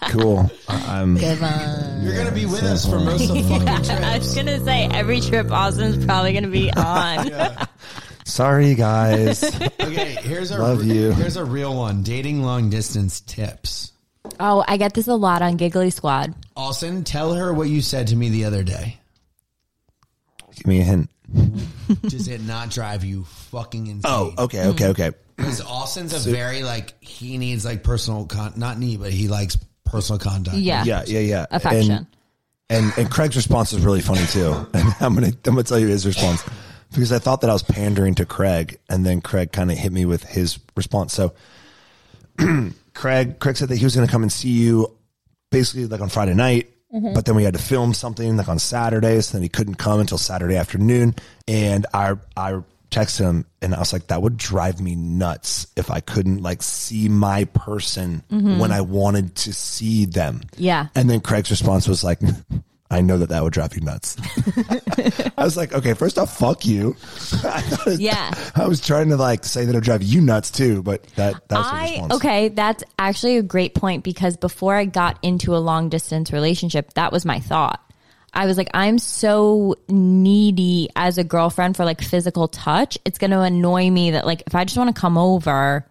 S4: cool. Um, I- I'm
S5: You're gonna be with us for most of the fucking trip.
S3: I was gonna say every trip Austin's probably gonna be on.
S4: sorry, guys.
S5: Okay, here's our
S4: Love you.
S5: here's a real one: dating long distance tips.
S3: Oh, I get this a lot on Giggly Squad.
S5: Austin, tell her what you said to me the other day.
S4: Give me a hint.
S5: Does it not drive you fucking insane?
S4: Oh, okay, okay, okay.
S5: Because Austin's a very like he needs like personal con not need but he likes personal contact.
S3: Yeah.
S4: Yeah, yeah, yeah.
S3: Affection.
S4: And, and and Craig's response is really funny too. And I'm gonna I'm gonna tell you his response because I thought that I was pandering to Craig, and then Craig kind of hit me with his response. So Craig Craig said that he was gonna come and see you basically like on Friday night,
S3: Mm-hmm.
S4: but then we had to film something like on Saturday, so then he couldn't come until Saturday afternoon. And I I texted him and I was like, that would drive me nuts if I couldn't like see my person when I wanted to see them.
S3: Mm-hmm. Yeah.
S4: And then Craig's response was like, I know that that would drive you nuts. I was like, okay, first off, fuck you. I, thought it-
S3: Yeah.
S4: I was trying to like say that it'll drive you nuts too, but that, that was the
S3: I
S4: response.
S3: okay, that's actually a great point because before I got into a long distance relationship, that was my thought. I was like, I'm so needy as a girlfriend for like physical touch. It's going to annoy me that like if I just want to come over,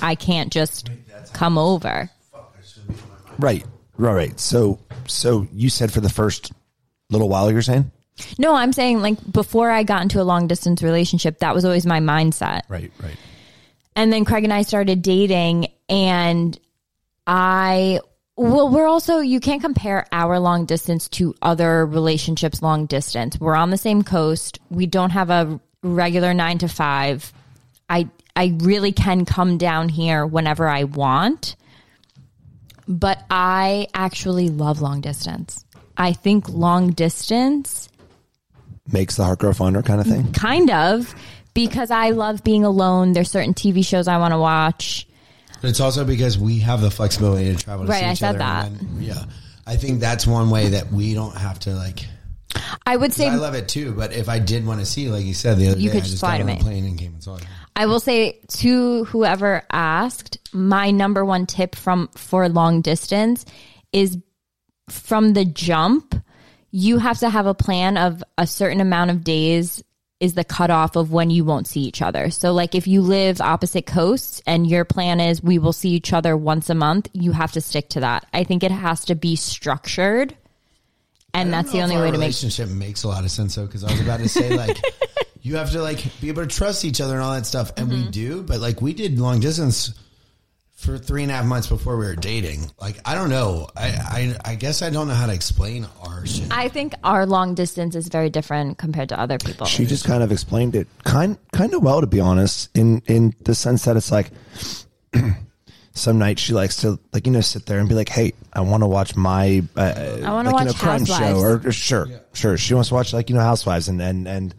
S3: I can't just come over.
S4: Right. Right. Right. So, so you said for the first little while you're saying?
S3: No, I'm saying like before I got into a long distance relationship, that was always my mindset.
S5: Right, right.
S3: and then Craig and I started dating and I well we're also you can't compare our long distance to other relationships long distance. We're on the same coast. We don't have a regular 9 to 5. I I really can come down here whenever I want. But I actually love long distance. I think long distance
S4: Makes the heart grow fonder kind of thing.
S3: kind of because I love being alone. There's certain TV shows I want to watch.
S5: But it's also because we have the flexibility to travel. To
S3: Right,
S5: see
S3: I
S5: each
S3: said
S5: other
S3: that.
S5: and then- yeah, I think that's one way that we don't have to like.
S3: I would say
S5: I love it too, but if I did want to see, you, like you said the other
S3: You
S5: day,
S3: could
S5: I
S3: just
S5: just
S3: fly to
S5: got on a
S3: me.
S5: plane and came and saw you.
S3: I will say to whoever asked, my number one tip from for long distance is from the jump, you have to have a plan of a certain amount of days is the cutoff of when you won't see each other. So, like, if you live opposite coasts and your plan is we will see each other once a month, you have to stick to that. I think it has to be structured. And that's the only way to make
S5: relationship makes a lot of sense though, because I was about to say like you have to like be able to trust each other and all that stuff, and
S3: Mm-hmm.
S5: we do, but like we did long distance for three and a half months before we were dating. Like I don't know, I I, I guess I don't know how to explain our shit.
S3: I think our long distance is very different compared to other people.
S4: She just kind of explained it kind kind of well, to be honest, in in the sense that it's like some nights she likes to like you know sit there and be like, hey, I want to watch my uh,
S3: I want to
S4: like,
S3: watch
S4: crime
S3: Housewives.
S4: or, or sure, sure. She wants to watch like you know Housewives and and and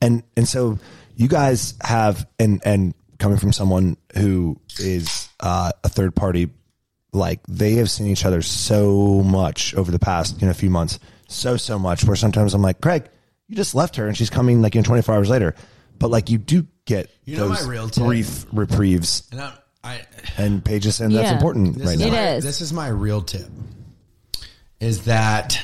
S4: and and so you guys have and and coming from someone who is uh, a third party, like they have seen each other so much over the past you know few months, so so much. Where sometimes I'm like, Craig, you just left her and she's coming like you know 24 hours later, but like you do get
S5: You know my
S4: those
S5: real tip.
S4: brief reprieves
S5: And I'm, I
S4: and Paige is saying that's
S3: Yeah.
S4: important
S5: This
S4: right
S5: is
S4: now.
S5: my-
S3: It is.
S5: This is my real tip: is that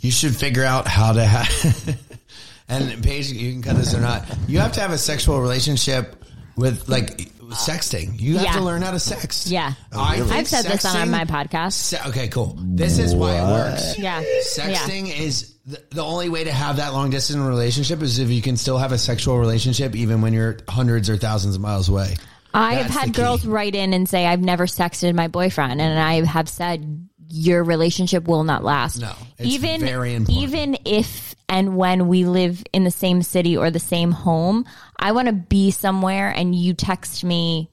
S5: you should figure out how to have. and Paige, you can cut this or not. You have to have a sexual relationship with like sexting. You have
S3: Yeah.
S5: to learn how to sext.
S3: Yeah. Oh,
S5: I think
S3: I've said this on,
S5: sexting-
S3: my podcast.
S5: Se- okay, cool. This is why it works.
S3: yeah.
S5: Sexting is the, the only way to have that long distance relationship is if you can still have a sexual relationship even when you're hundreds or thousands of miles away.
S3: I have
S5: That's the
S3: had
S5: key.
S3: girls write in and say, I've never sexted my boyfriend. And I have said, your relationship will not last.
S5: No, it's
S3: even,
S5: very important.
S3: even if and when we live in the same city or the same home, I want to be somewhere and you text me.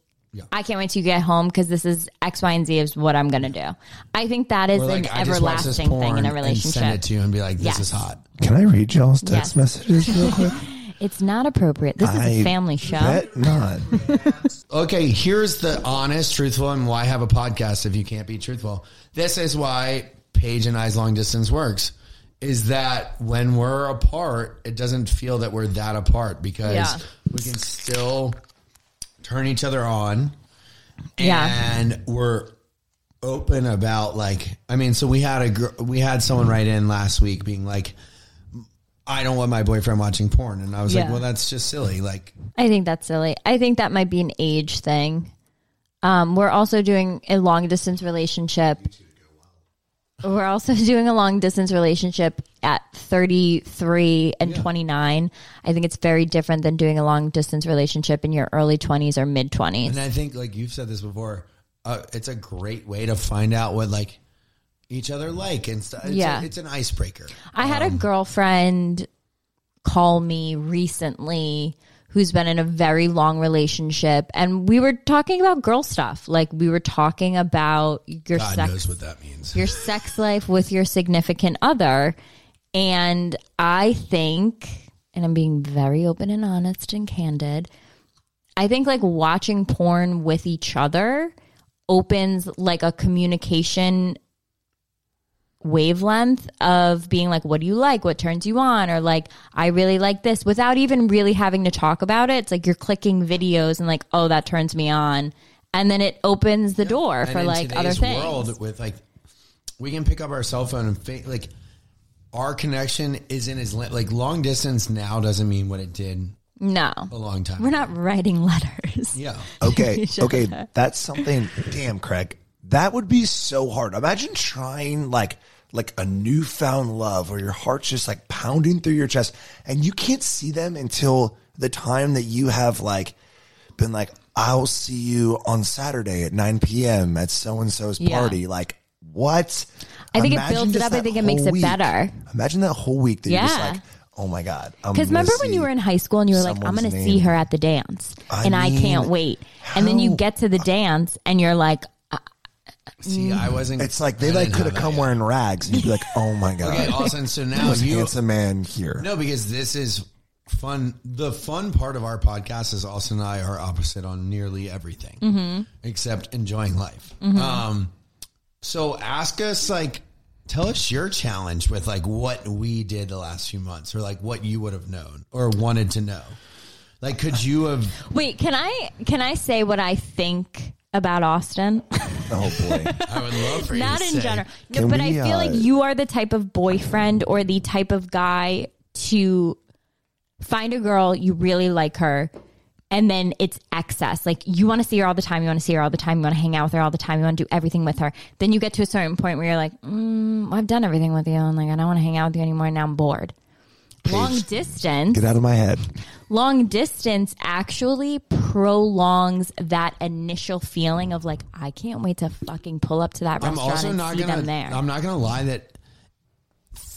S3: I can't wait till you get home because this is X, Y, and Z is what I'm going to do. I think that is
S5: Or,
S3: an
S5: I just watched this
S3: everlasting thing in
S5: porn
S3: a
S5: and send
S3: relationship.
S5: it to you and be like, this
S3: Yes.
S5: is hot.
S4: Can I read y'all's
S3: Yes.
S4: text messages real quick?
S3: It's not appropriate. This is
S4: I
S3: a family show.
S4: Bet not.
S5: Okay, here's the honest, truthful, and why have a podcast if you can't be truthful? This is why Paige and I's long distance works. Is that when we're apart, it doesn't feel that we're that apart because
S3: Yeah.
S5: we can still turn each other on.
S3: Yeah.
S5: And we're open about like I mean, so we had a gr- we had someone write in last week being like I don't want my boyfriend watching porn and I was like,
S3: Yeah.
S5: well that's just silly. Like
S3: I think that's silly. I think that might be an age thing. Um, we're also doing a long distance relationship. We're also doing a long distance relationship at 33 and 29. I think it's very different than doing a long distance relationship in your early 20s or mid 20s.
S5: And I think, like you've said this before, uh, it's a great way to find out what like each other like and stuff. It's
S3: Yeah.
S5: a, it's an icebreaker.
S3: I had a
S5: um,
S3: girlfriend call me recently who's been in a very long relationship and we were talking about girl stuff. Like we were talking about your
S5: God
S3: sex
S5: knows what that means.
S3: your sex life with your significant other. And I think, and I'm being very open and honest and candid, I think like watching porn with each other opens like a communication wavelength of being like, what do you like? What turns you on? Or like, I really like this without even really having to talk about it. It's like you're clicking videos and like, oh, that turns me on. And then it opens the door
S5: And
S3: for
S5: in
S3: like other
S5: today's
S3: things.
S5: world with like we can pick up our cell phone and fa- like our connection isn't as li- like long distance now doesn't mean what it did
S3: No.
S5: a long time.
S3: We're not writing letters.
S5: Yeah.
S4: Okay,
S3: Shut
S4: okay, that's something. Damn, Craig, that would be so hard. Imagine trying like like a newfound love where your heart's just like pounding through your chest, and you can't see them until the time that you have like been like, "I'll see you on Saturday at 9 p.m. at so and so's
S3: Yeah.
S4: party." Like what?
S3: I think it
S4: Imagine
S3: builds it
S4: just
S3: up. I
S4: that
S3: think it makes
S4: whole
S3: it better.
S4: Imagine that whole week that you're just
S3: Yeah.
S4: like, "Oh my god!" I'm
S3: Because
S4: gonna
S3: remember when
S4: see-
S3: you were in high school and you were like, I'm going
S4: someone's
S3: to
S4: name.
S3: see her at the dance
S4: I
S3: and I can't
S4: mean,
S3: wait. And then you
S4: how-
S3: get to the dance and you're like, uh,
S5: See, I
S3: Mm.
S5: wasn't.
S4: It's like
S5: I
S4: they like
S5: didn't
S4: could have
S5: that
S4: come
S5: yet.
S4: wearing rags, and you'd be like, "Oh my god!"
S5: Okay, all of a sudden, so now
S4: most
S5: you
S4: handsome man here.
S5: No, because this is fun. The fun part of our podcast is Austin and I are opposite on nearly everything
S3: Mm-hmm.
S5: except enjoying life. Um, so ask us, like, tell us your challenge with like what we did the last few months, or like what you would have known or wanted to know. Like, could you have?
S3: wait, can I, can I say what I think about Austin?
S4: Oh boy,
S5: I would love for you
S3: Not
S5: to
S3: in
S5: say-
S3: general. No,
S4: Can
S3: but
S4: we,
S3: I feel
S4: uh,
S3: like you are the type of boyfriend or the type of guy to find a girl you really like her and then it's excess like you want to see her all the time you want to see her all the time you want to hang out with her all the time you want to do everything with her then you get to a certain point where you're like mm, i've done everything with you and like i don't want to hang out with you anymore now i'm bored long distance
S4: Get out of my head.
S3: long distance actually prolongs that initial feeling of like I can't wait to fucking pull up to that
S5: I'm
S3: restaurant
S5: also
S3: and
S5: not
S3: see
S5: gonna.
S3: them there.
S5: I'm not gonna lie that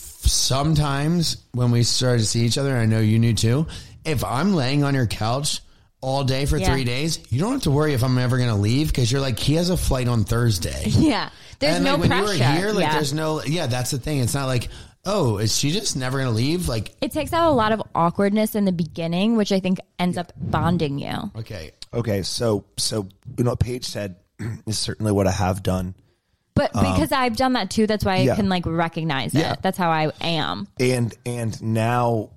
S5: sometimes when we started to see each other, and I know you knew too. If I'm laying on your couch all day for
S3: Yeah.
S5: three days, you don't have to worry if I'm ever gonna leave because you're like he has a flight on Thursday.
S3: yeah, there's
S5: and
S3: no
S5: like when
S3: pressure.
S5: you were here, like
S3: yeah.
S5: there's no. Yeah, that's the thing. It's not like oh, is she just never gonna leave? Like
S3: it takes out a lot of awkwardness in the beginning, which I think ends up bonding you.
S5: okay,
S4: Okay, so so you know what Paige said is certainly what I have done.
S3: But
S5: Um,
S3: because I've done that too, that's why
S4: yeah.
S3: I can like recognize
S4: Yeah.
S3: it. That's how I am.
S4: and and now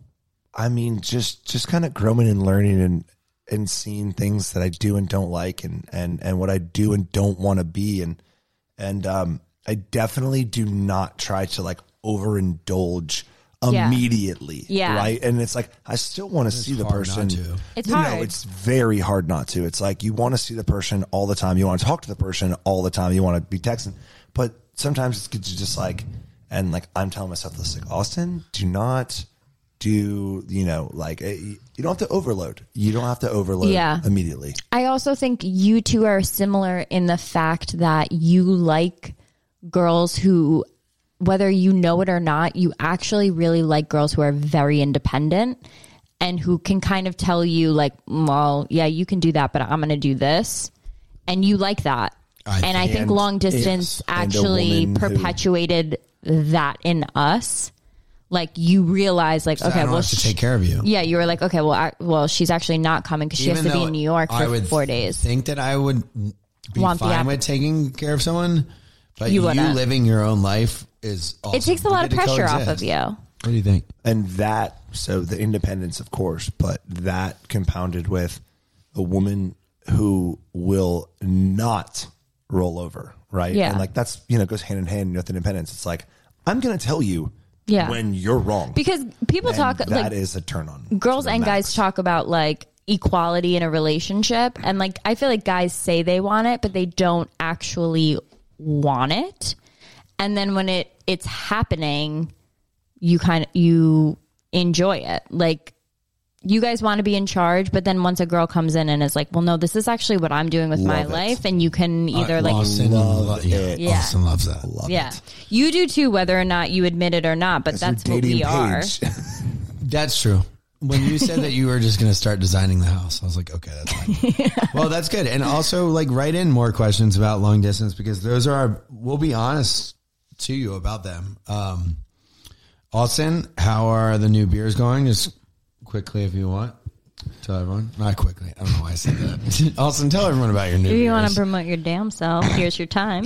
S4: i mean just just kind of growing and learning and and seeing things that i do and don't like and and and what i do and don't want to be and and um i definitely do not try to like overindulge
S3: Yeah.
S4: immediately
S3: Yeah.
S4: right and it's like i still want to see the
S5: hard not
S4: person
S5: to.
S3: It's
S4: you
S3: hard.
S4: know it's very hard not to it's like you want to see the person all the time you want to talk to the person all the time you want to be texting but sometimes it's good to just like and like i'm telling myself this like austin do not do you know like eh, you don't have to overload you don't have to overload
S3: Yeah.
S4: immediately
S3: I also think you two are similar in the fact that you like girls who, whether you know it or not, you actually really like girls who are very independent and who can kind of tell you, like, well, yeah, you can do that, but I'm going to do this. And you like that.
S5: I
S3: and I think
S4: and-
S3: long distance
S4: yes, and a
S3: actually
S4: woman who-
S3: perpetuated that in us. Like, you realize, like,
S5: I
S3: okay,
S5: don't
S3: well,
S5: have to
S3: sh-
S5: take care of you.
S3: yeah, you were like, okay, well, I, well, she's actually not coming because she has to
S5: Even
S3: be
S5: though
S3: in New York for
S5: I would
S3: four days.
S5: Think that I would be
S3: Want the
S5: fine
S3: app-
S5: with taking care of someone, but
S3: You
S5: you,
S3: wouldn't.
S5: living your own life is. Awesome.
S3: it takes a lot of
S5: We get to
S3: pressure off of
S5: coexist.
S3: you.
S5: What do you think?
S4: and that so the independence of course but that compounded with a woman who will not roll over right
S3: Yeah.
S4: and like that's you know goes hand in hand with independence it's like i'm gonna tell you
S3: Yeah.
S4: when you're wrong
S3: Because people
S4: And
S3: talk
S4: that
S3: like
S4: is a turn on
S3: girls
S4: to the
S3: and guys
S4: max.
S3: talk about like equality in a relationship and like I feel like guys say they want it but they don't actually want it. And then when it it's happening, you kind of you enjoy it. Like you guys want to be in charge, but then once a girl comes in and is like, "Well, no, this is actually what I'm doing with my
S4: Love it.
S3: life," and you can either like
S5: Austin
S4: love
S5: lo- yeah,
S4: it.
S3: Yeah.
S5: Austin loves that.
S3: Yeah. You do too, whether or not you admit it or not, but that's what we
S4: dating
S3: are.
S4: Paige.
S5: That's true. When you said that you were just going to start designing the house, I was like, okay, that's fine. Well, that's good. And also, like, write in more questions about long distance because those are our, we'll be honest to you about them. Um, Austin, how are the new beers going? Just quickly, if you want, tell everyone. Not quickly. I don't know why I said that. Austin, tell everyone about your new
S3: If you want
S5: beers.
S3: to promote your damn self, here's your time.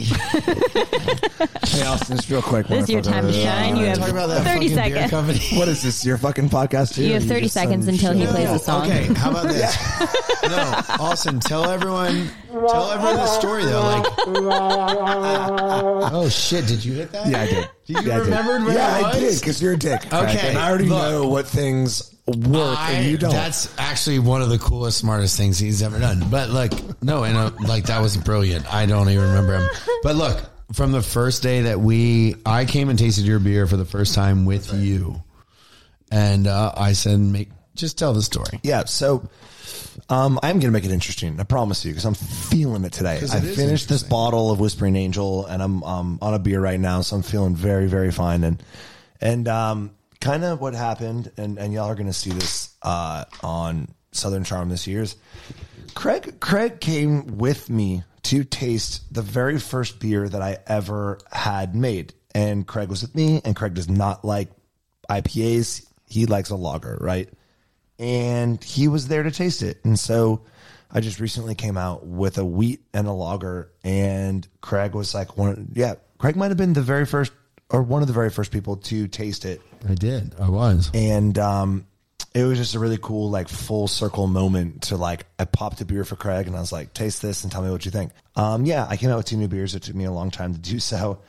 S4: hey austin just real quick
S3: This is your time to shine. You
S5: Talk about
S3: have
S5: that
S3: 30
S5: fucking beer
S3: seconds.
S5: company.
S4: what is this your fucking podcast too?
S3: You have
S4: Or
S3: 30
S4: just some
S3: seconds until he
S4: shit?
S3: plays a song.
S5: Okay, how about this? no, Austin, tell everyone, tell everyone the story though. Like, oh shit, did you hit that?
S4: Yeah, I did.
S5: You
S4: yeah, I did.
S5: remembered where
S4: yeah,
S5: it
S4: I did
S5: was?
S4: because you're a dick. Okay,
S5: Okay,
S4: and I already
S5: look.
S4: know what things work
S5: I-
S4: and you don't.
S5: That's actually one of the coolest, smartest things he's ever done. But like, no, and uh, like that was brilliant. I don't even remember him. But look, from the first day that we, I came and tasted your beer for the first time with you, and uh, I said, make just tell the story.
S4: yeah, so um, I'm gonna make it interesting. I promise you because I'm feeling it today. I
S5: it is
S4: finished this bottle of Whispering Angel and I'm um, on a beer right now, so I'm feeling very very fine and and um, kind of what happened and and y'all are gonna see this uh, on Southern Charm this year's. Craig Craig came with me to taste the very first beer that I ever had made. And Craig was with me, and Craig does not like IPAs. He likes a lager, right? And he was there to taste it. And so I just recently came out with a wheat and a lager, and Craig was like one yeah, Craig might have been the very first or one of the very first people to taste it
S5: I did. I was.
S4: and um, it was just a really cool like full circle moment to like I popped a beer for Craig and I was like taste this and tell me what you think. Um, yeah, I came out with two new beers. It took me a long time to do so,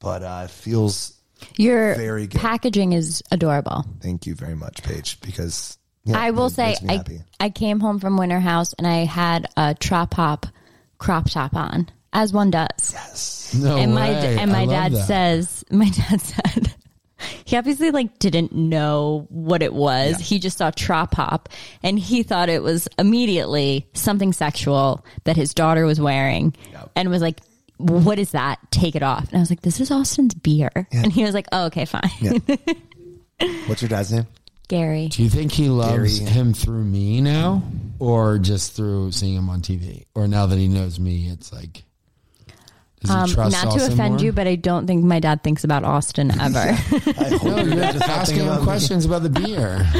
S4: but uh, it feels
S3: Your
S4: Very good.
S3: packaging is adorable.
S4: thank you very much, Paige, because Yeah,
S3: I will
S4: it
S3: say
S4: makes me
S3: I,
S4: happy.
S3: I came home from Winter House and I had a Trop Hop crop top on, as one does.
S5: No
S3: and my
S5: way.
S3: and my
S5: Oh, I love
S3: dad
S5: that.
S3: says my dad said he obviously like didn't know what it was. He just saw Trop Hop and he thought it was immediately something sexual that his daughter was wearing and was like what is that? Take it off. And I was like, this is Austin's beer. And he was like, oh, okay, fine.
S4: What's your dad's name?
S3: Gary.
S5: Do you think he loves
S4: Gary.
S5: him through me now, or just through seeing him on TV, or now that he knows me? It's like does he
S3: Um,
S5: trust
S3: not to
S5: Austin
S3: offend
S5: more?
S3: you, but I don't think my dad thinks about Austin ever.
S4: I hope
S5: no,
S4: your
S5: you're
S4: dad's not
S5: just asking
S4: thinking
S5: him
S4: about me.
S5: questions about the beer.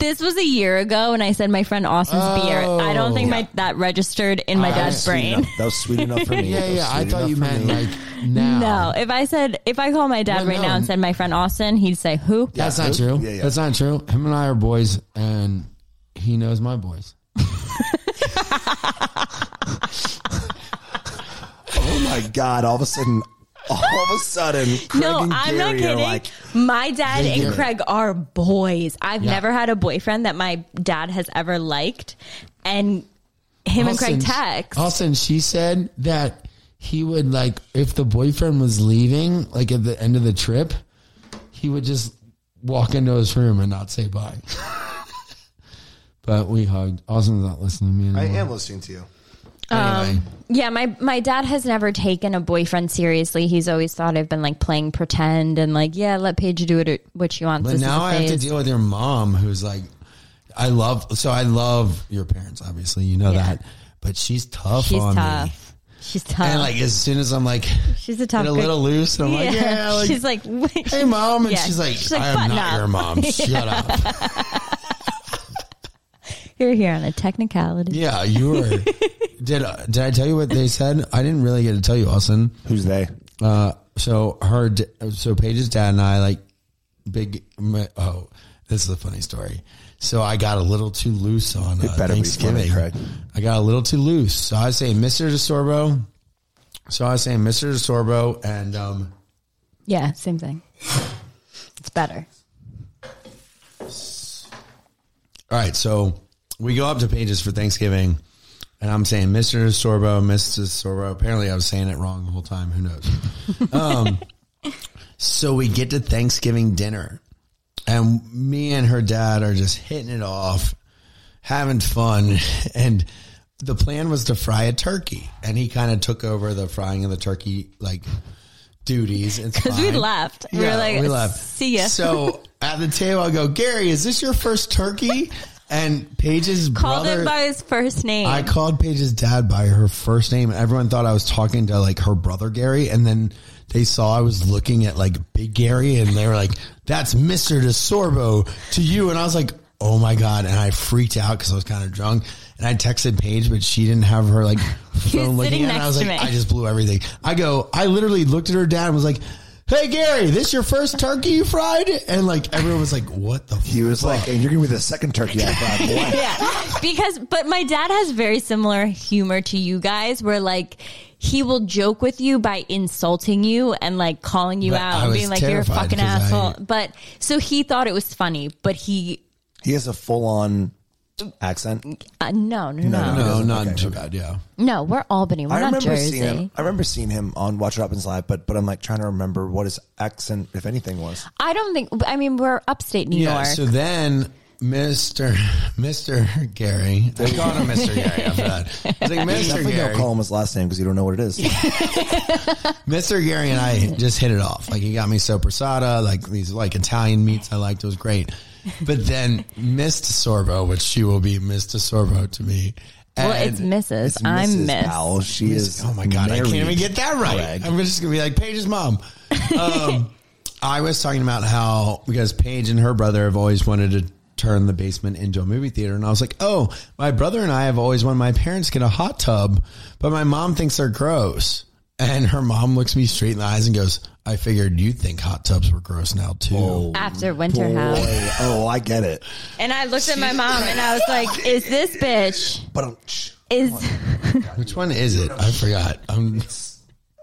S3: This was a year ago, and I said my friend Austin's beer. I don't think my
S5: Oh.
S3: that registered in my
S5: Ah,
S3: dad's
S5: sweet
S3: brain.
S4: That was sweet enough for me.
S5: yeah,
S4: That was
S5: yeah. I
S4: sweet
S5: thought
S4: enough
S5: you
S4: for
S5: meant
S4: me.
S5: like now.
S3: No, if I said if I call my dad
S5: Well,
S3: right
S5: no.
S3: now and said my friend Austin, he'd say who?
S5: That's not true.
S4: Yeah, yeah.
S5: That's not true. Him and I are boys, and he knows my boys.
S4: oh my god! All of a sudden, all of a sudden, Craig
S3: no,
S4: and
S3: I'm not
S4: Gary are
S3: kidding.
S4: Like,
S3: my dad
S5: They
S3: and
S5: get it.
S3: Craig are boys. I've
S5: Yeah.
S3: never had a boyfriend that my dad has ever liked, and him and Craig text.
S5: Austin, she said that he would like if the boyfriend was leaving, like at the end of the trip, he would just walk into his room and not say bye. but we hugged. Austin's not listening to me anymore.
S4: I am listening to you.
S5: Anyway,
S3: Yeah, my my dad has never taken a boyfriend seriously. He's always thought I've been like playing pretend and like, yeah, let Paige do it what she wants.
S5: but
S3: This is
S5: now
S3: a
S5: I have to
S3: phase.
S5: deal with your mom, who's like, I love. So I love your parents. Obviously, you know
S3: Yeah.
S5: that. But she's tough
S3: She's
S5: on me.
S3: tough. She's tough.
S5: And like as soon as I'm like,
S3: She's a tough
S5: get a
S3: girl.
S5: little loose, and I'm like, yeah, like,
S3: she's like,
S5: hey mom, and
S3: Yeah.
S5: she's like,
S3: She's like,
S5: I am
S3: "Button
S5: not
S3: up."
S5: your mom. Shut up.
S3: you're here on a technicality.
S5: Yeah, you were. did did I tell you what they said? I didn't really get to tell you, Austin.
S4: Who's they?
S5: Uh, so her, d- so Paige's dad and I like big. my- Oh, this is a funny story. So I got a little too loose on uh,
S4: better be
S5: Thanksgiving.
S4: funny, Craig.
S5: I got a little too loose. So I was saying, Mister DeSorbo. So I was saying, Mister DeSorbo, and um,
S3: Yeah, same thing. It's better.
S5: All right, so we go up to Pages for Thanksgiving, and I'm saying Mr. Sorbo, Mrs. Sorbo. Apparently, I was saying it wrong the whole time. Who knows? um, so we get to Thanksgiving dinner, and me and her dad are just hitting it off, having fun, and the plan was to fry a turkey, and he kind of took over the frying of the turkey like duties.
S3: Because
S5: Because
S3: we left. we were like,
S5: we left.
S3: see ya.
S5: So at the table, I go, Gary, is this your first turkey? And Paige's
S3: Called
S5: brother.
S3: him by his first name.
S5: I called Paige's dad by her first name. and Everyone thought I was talking to like her brother Gary, and then they saw I was looking at like Big Gary, and they were like, "That's Mister DeSorbo to you." And I was like, "Oh my god!" And I freaked out because I was kind of drunk, and I texted Paige, but she didn't have her like phone looking
S3: sitting
S5: at. it. And I
S3: next
S5: was
S3: to
S5: like,
S3: me.
S5: "I just blew everything." I go, I literally looked at her dad and was like. Hey Gary, this your first turkey you fried? And like everyone was like, "What the?"
S4: He was like, and you're gonna be the second turkey I brought. Boy.
S3: yeah. Because, but my dad has very similar humor to you guys where like, he will joke with you by insulting you and like calling you
S5: But I
S3: out and
S5: was
S3: being like, you're a
S5: terrified
S3: fucking
S5: 'cause I-
S3: asshole. but so he thought it was funny, but he,
S4: He has a full on accent.
S3: uh, no, no, no, no,
S5: No, not too bad. Yeah.
S3: we're Albany. We're
S4: I
S3: not
S4: remember
S3: Jersey.
S4: seeing him. I remember seeing him on Watch What Happens Live, but but I'm like trying to remember what his accent, if anything, was.
S3: I don't think, I mean, we're upstate New
S5: Yeah.
S3: York.
S5: So then, Mister Mister Gary, I called him Mister Gary after that. I was like, Mister
S4: Definitely don't
S5: Gary,
S4: call him his last name because you don't know what it is.
S5: Mister Gary, and I just hit it off. Like he got me sopressata, like these like Italian meats I liked. It was great. But then Miss Sorbo, which she will be Miss Sorbo to me.
S3: well,
S5: and-
S3: it's Mrs.
S4: It's
S3: I'm
S4: Mrs.
S3: Miss.
S4: Powell. She is.
S5: Oh my god, I
S4: married.
S5: can't even get that right.
S4: Greg.
S5: I'm just gonna be like Paige's mom. Um, I was talking about how because Paige and her brother have always wanted to turn the basement into a movie theater, and I was like, oh, my brother and I have always wanted my parents to get a hot tub, but my mom thinks they're gross. And her mom looks me straight in the eyes and goes, I figured you think hot tubs were gross now too.
S3: After Winter House.
S4: Boy, oh, I get it.
S3: And I looked at my mom and I was like, is this bitch
S4: But um, shh.
S3: is
S5: Which one is it? I forgot. I'm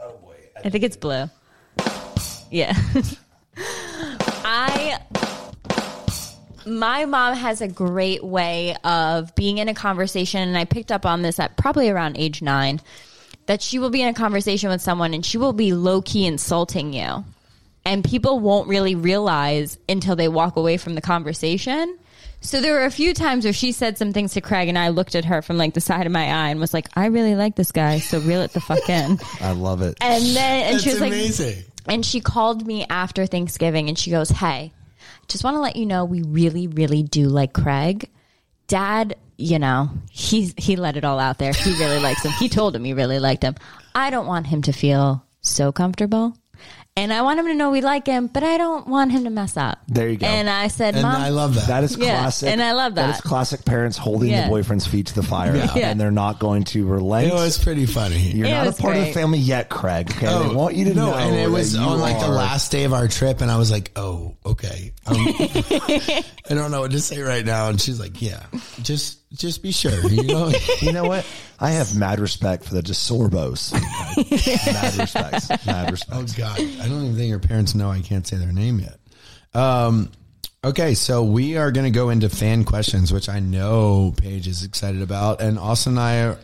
S4: oh,
S3: I think it's blue. Yeah. I my mom has a great way of being in a conversation, and I picked up on this at probably around age nine that she will be in a conversation with someone and she will be low key insulting you. And people won't really realize until they walk away from the conversation. So there were a few times where she said some things to Craig, and I looked at her from like the side of my eye and was like, I really like this guy, so reel it the fuck in.
S4: I love it.
S3: And then, and
S5: That's
S3: she was like,
S5: amazing.
S3: and she called me after Thanksgiving and she goes, Hey, just want to let you know we really, really do like Craig. Dad, you know, he's he let it all out there. He really likes him. He told him he really liked him. I don't want him to feel so comfortable. And I want him to know we like him, but I don't want him to mess up.
S4: There you go.
S3: And I said,
S5: and
S3: Mom,
S5: I love that.
S4: that is
S3: Yeah,
S4: classic.
S3: and I love
S4: That is
S3: that.
S4: classic parents holding
S3: Yeah.
S4: the boyfriend's feet to the fire
S3: Yeah.
S4: and they're not going to relent.
S5: it was pretty funny.
S4: You're
S3: It
S4: not a
S3: was
S4: part of the
S3: great.
S4: family yet, Craig. Okay, they want you to know.
S5: Oh, and it was
S4: that you
S5: on like the
S4: are-
S5: last day of our trip, and I was like, "Oh, okay." Um, I don't know what to say right now, and she's like, "Yeah, just just be sure." You know,
S4: You know what? I have mad respect for the Desorbos. Okay. mad respect. Mad
S5: oh
S4: respect.
S5: God, I don't even think your parents know I can't say their name yet. Um, okay, so we are going to go into fan questions, which I know Paige is excited about, and Austin and I are,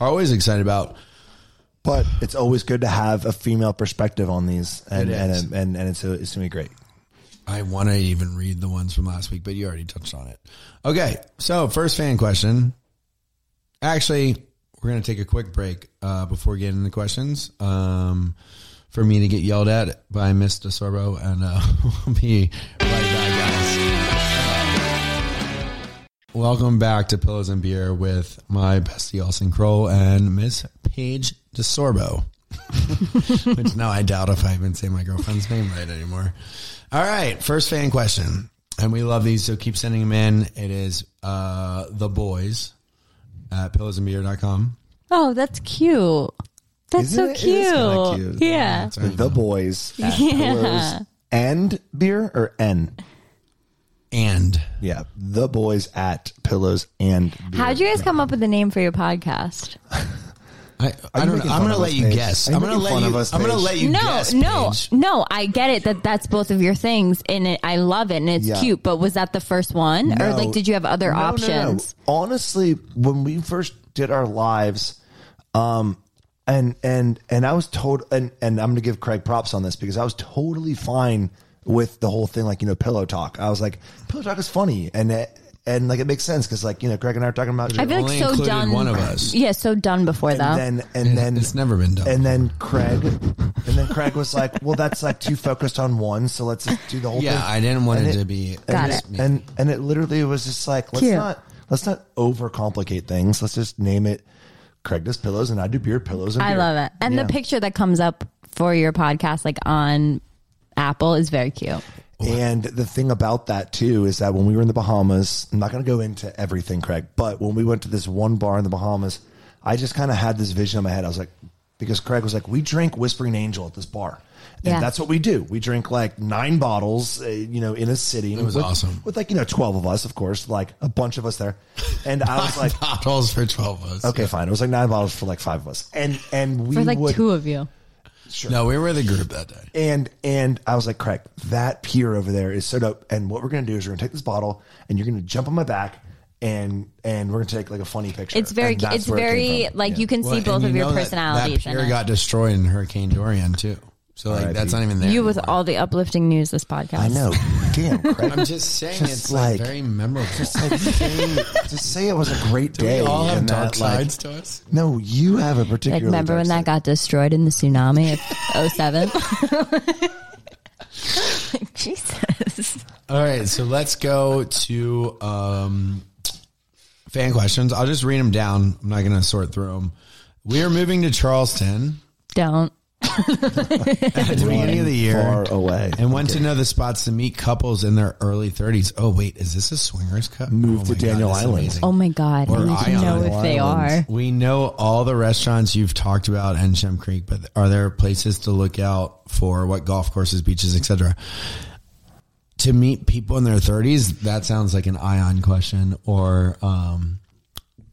S5: are always excited about.
S4: But it's always good to have a female perspective on these, and
S5: It is.
S4: and, and and it's it's gonna be great.
S5: I want to even read the ones from last week, but you already touched on it. Okay, so first fan question. Actually, we're going to take a quick break uh, before getting into questions um, for me to get yelled at by Miss DeSorbo, and uh, we'll be right back, guys. Welcome back to Pillows and Beer with my bestie Austin Kroll and Miss Paige DeSorbo. Which now I doubt if I even say my girlfriend's name right anymore. All right, first fan question, and we love these, so keep sending them in. It is uh, the boys at pillowsandbeer.com.
S3: Oh, that's cute. That's so
S4: Isn't it? It
S3: cute.
S4: is kinda cute.
S3: Yeah.
S4: The boys, at pillows and beer or n.
S5: And
S4: Yeah, the boys at pillows and beer.
S3: How'd you guys come up with the name for your podcast?
S5: I, I
S4: you
S5: don't know.
S4: making fun
S5: I'm gonna
S4: of
S5: let
S4: us,
S5: you
S4: Paige?
S5: guess.
S4: Are you
S5: I'm gonna
S4: making
S5: let
S4: fun
S5: you.
S4: of us,
S5: I'm gonna
S4: Paige?
S5: let you
S3: no,
S5: guess.
S3: no,
S5: Paige.
S3: no. I get it that that's both of your things, and it, I love it, and it's
S4: Yeah.
S3: cute. But was that the first one, or
S4: No.
S3: like did you have other
S4: No, no,
S3: options?
S4: no. Honestly, when we first did our lives, um, and and and I was told, and and I'm gonna give Craig props on this because I was totally fine with the whole thing, like you know, pillow talk. I was like, pillow talk is funny, and it, and like it makes sense because like you know, Craig and I are talking about.
S3: I feel
S5: only
S3: like so
S5: included
S3: done.
S5: one of us.
S3: yeah, so done before though.
S4: and then and then
S5: It's never been done.
S4: And then Craig, and then Craig was like, "Well, that's like too focused on one, so let's just do the whole
S5: Yeah,
S4: thing."
S5: I didn't want
S4: And
S5: it to be-
S4: And
S3: Got
S4: just-
S3: it.
S4: And and it literally was just like, let's
S3: Cute.
S4: not let's not overcomplicate things. Let's just name it. Craig does pillows, and I do beer pillows. And
S3: I
S4: beer.
S3: love it, and
S4: Yeah.
S3: the picture that comes up for your podcast, like on Apple, is very cute.
S4: And the thing about that too is that when we were in the Bahamas, I'm not going to go into everything, Craig, but when we went to this one bar in the Bahamas, I just kind of had this vision in my head. I was like, because Craig was like, we drink Whispering Angel at this bar. And
S3: Yeah.
S4: that's what we do. We drink like nine bottles, uh, you know, in a sitting. It
S5: was
S4: with,
S5: awesome.
S4: With like, you know, 12 of us, of course, like a bunch of us there. And I was like,
S5: bottles for twelve of us.
S4: okay, fine. It was like nine bottles for like five of us. And, and we
S3: For like
S4: would,
S3: two of you,
S5: No, we were the group that day.
S4: and and I was like, Craig, that pier over there is so dope. And what we're gonna do is we're gonna take this bottle and you're gonna jump on my back and and we're gonna take like a funny picture.
S3: it's very,
S4: And that's
S3: it's
S4: where it came
S3: very
S4: from.
S3: like
S4: Yeah.
S3: you can see
S5: Well,
S3: both
S5: and
S3: of
S5: you
S3: your
S5: know that-
S3: personalities.
S5: That,
S3: in
S5: pier
S3: it.
S5: got destroyed in Hurricane Dorian too. So like
S4: R.I.P.
S5: that's not even there.
S3: you with
S5: anymore.
S3: all the uplifting news this podcast.
S4: I know. Damn, Craig.
S5: I'm just saying,
S4: Just
S5: it's like,
S4: like-
S5: very memorable.
S4: Like, say, just say it was a great
S5: we
S4: day.
S5: all have
S4: and
S5: dark
S4: that, like-
S5: sides to us.
S4: no, you have a particular.
S3: Like, remember when that got destroyed in the tsunami of 07? Jesus.
S5: All right, so let's go to um, fan questions. I'll just read them down. I'm not going to sort through them. We are moving to Charleston
S3: Don't.
S5: at the beginning of the year
S4: far away?
S5: and want to know the spots to meet couples in their early 30s. Oh, wait, is this a swingers cup?
S4: Move
S5: Oh
S4: to
S5: my God,
S4: Daniel
S5: this is
S4: Island.
S5: amazing.
S3: Oh my God.
S5: Or
S3: I need to
S5: Ion
S3: know if they are.
S4: Islands.
S5: We know all the restaurants you've talked about in Shem Creek, but are there places to look out for? What golf courses, beaches, etc. To meet people in their thirties, that sounds like an Ion question. Or um,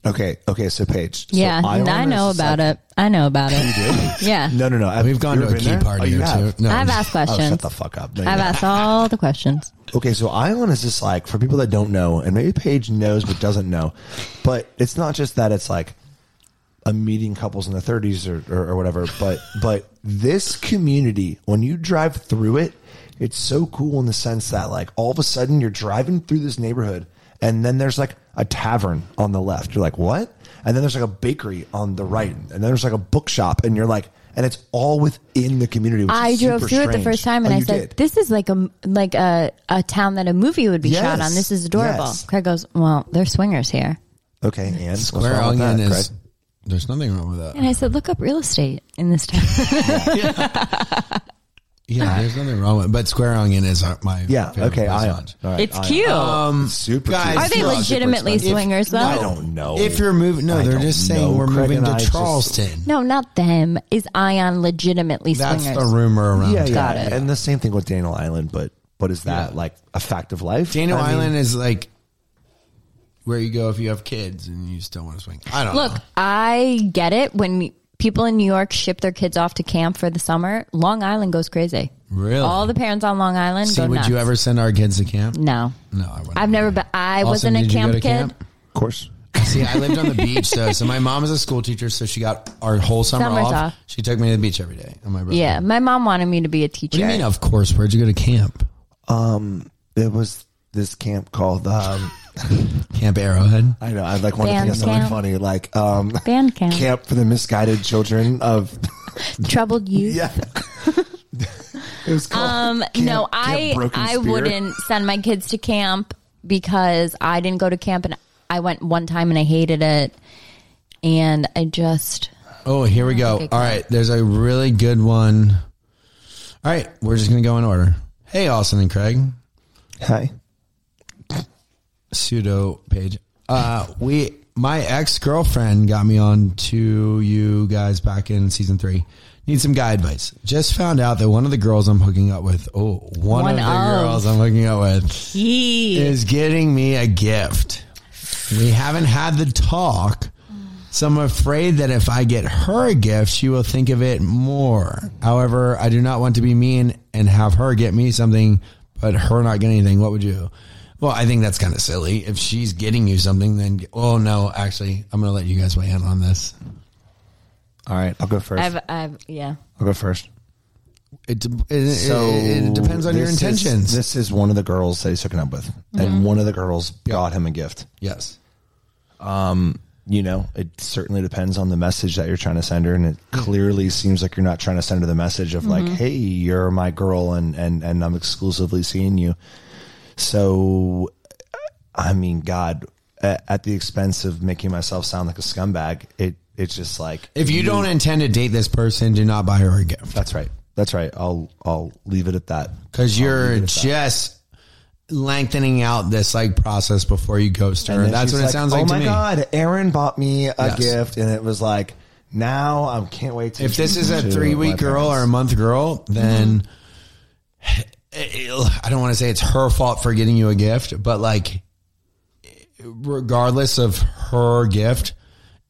S4: Okay, okay. So Paige. so
S3: Yeah,
S4: Ion
S3: I know
S4: is the
S3: about
S4: second-
S3: it. I know about it. Yeah.
S4: No, no, no. I've,
S5: We've gone
S4: you
S5: to a
S4: been
S5: key
S4: there?
S5: party
S4: Oh, you
S5: or
S4: have?
S5: two. No,
S3: I've
S5: I'm
S3: asked
S4: Oh,
S3: questions.
S4: shut the fuck up. No, you
S3: I've
S4: haven't.
S3: asked all the questions.
S4: Okay, so Island is just like for people that don't know, and maybe Paige knows but doesn't know, but it's not just that it's like a meeting couples in the 30s or, or, or whatever, but but this community, when you drive through it, it's so cool in the sense that like all of a sudden you're driving through this neighborhood, and then there's like a tavern on the left. You're like, what? And then there's like a bakery on the right, and then there's like a bookshop, and you're like, and it's all within the community. Which
S3: I
S4: is
S3: drove
S4: super
S3: through it the
S4: strange.
S3: first time and
S4: Oh,
S3: I
S4: you
S3: said,
S4: did?
S3: "This is like a like a, a town that a movie would be shot
S4: Yes.
S3: on. This is adorable."
S4: Yes.
S3: Craig goes, "Well, they're swingers here,"
S4: Okay, and what's
S5: Square
S4: wrong with
S5: onion
S4: that,
S5: is.
S4: Craig?
S5: There's nothing wrong with that.
S3: and I said, "Look up real estate in this town."
S5: Yeah, there's nothing wrong with. But square onion is uh, my
S4: Yeah.
S5: favorite
S4: Okay. Ion.
S5: restaurant.
S4: All right,
S3: it's
S4: Ion.
S3: cute.
S4: Super
S5: guys,
S4: cute.
S3: Are they
S5: it's not
S3: legitimately
S5: super expensive.
S3: swingers though?
S4: I don't know.
S5: If you're moving, no,
S4: I
S5: they're
S4: don't
S5: just saying
S4: know.
S5: we're
S4: Craig
S5: moving
S4: and I
S5: to
S4: just-
S5: Charleston.
S3: No, not them. Is Ion legitimately
S5: That's
S3: swingers?
S5: the rumor around.
S4: yeah,
S5: town.
S3: Got
S4: yeah.
S3: it.
S4: and the same thing with Daniel Island, but but is that
S5: Yeah.
S4: like a fact of life?
S5: Daniel
S4: I mean,
S5: Island is like where you go if you have kids and you still want to swing. I don't
S3: Look,
S5: know.
S3: I get it when people in New York ship their kids off to camp for the summer. Long Island goes crazy.
S5: Really?
S3: All the parents on Long Island
S5: See,
S3: go
S5: would
S3: nuts.
S5: you ever send our kids to camp?
S3: No.
S5: No, I wouldn't.
S3: I've never been. I
S5: Austin,
S3: wasn't a
S5: did you go
S3: camp
S5: to
S3: kid.
S4: of course.
S5: See, I lived on the beach though, so my mom is a school teacher, so she got our whole summer
S3: Summers
S5: off.
S3: off.
S5: She took me to the beach every day. And my brother.
S3: Yeah, my mom wanted me to be a
S5: What
S3: teacher.
S5: do you mean? Of course. Where'd you go to camp?
S4: It was this camp called. Um,
S5: Camp Arrowhead.
S4: I know. I like want to think of
S3: Band
S4: something
S3: camp.
S4: funny, like um,
S3: Band camp.
S4: camp for the misguided children of.
S3: Troubled youth.
S4: Yeah. it was called.
S3: Um,
S4: Camp-
S3: no,
S4: Camp
S3: I
S4: Broken
S3: I
S4: Spear.
S3: wouldn't send my kids to camp because I didn't go to camp and I went one time and I hated it, and I just
S5: Oh, here we go.
S3: Okay,
S5: All
S3: cool.
S5: right, there's a really good one. All right, we're just gonna go in order. Hey, Austin and Craig,
S4: Hi.
S5: pseudo page. Uh, we my ex girlfriend got me on to you guys back in season three. Need some guy advice. Just found out that one of the girls I'm hooking up with. Oh, one
S3: One
S5: of the
S3: of.
S5: girls I'm hooking up with
S3: he
S5: is getting me a gift. We haven't had the talk. So I'm afraid that if I get her a gift, she will think of it more. However, I do not want to be mean and have her get me something, but her not get anything. What would you? Well, I think that's kind of silly. If she's getting you something, then oh no, actually, I'm going to let you guys weigh in on this.
S4: All right, I'll go 1st i
S3: I've I've yeah.
S4: I'll go first.
S5: It, de- it, it, it depends on your
S4: this is-
S5: intentions.
S4: this is one of the girls that he's hooking up with, and one of the girls brought him a gift.
S5: yes.
S4: you know, it certainly depends on the message that you're trying to send her. And it clearly seems like you're not trying to send her the message of like, Hey, you're my girl and, and, and I'm exclusively seeing you. So, I mean, God, at, at the expense of making myself sound like a scumbag, it, it's just like,
S5: If you don't intend to date this person, do not buy her a gift.
S4: that's right. That's right. I'll, I'll leave it at that.
S5: Because you're just lengthening out this like process before you ghost her.
S4: then
S5: That's
S4: she's
S5: what it sounds
S4: oh
S5: like to
S4: my
S5: me.
S4: God, Aaron bought me a
S5: Yes.
S4: gift and it was like, now I can't wait to
S5: If this is a
S4: to
S5: three week
S4: my
S5: girl
S4: parents."
S5: or a month girl, then
S4: Mm-hmm.
S5: I don't want to say it's her fault for getting you a gift, but like, regardless of her gift,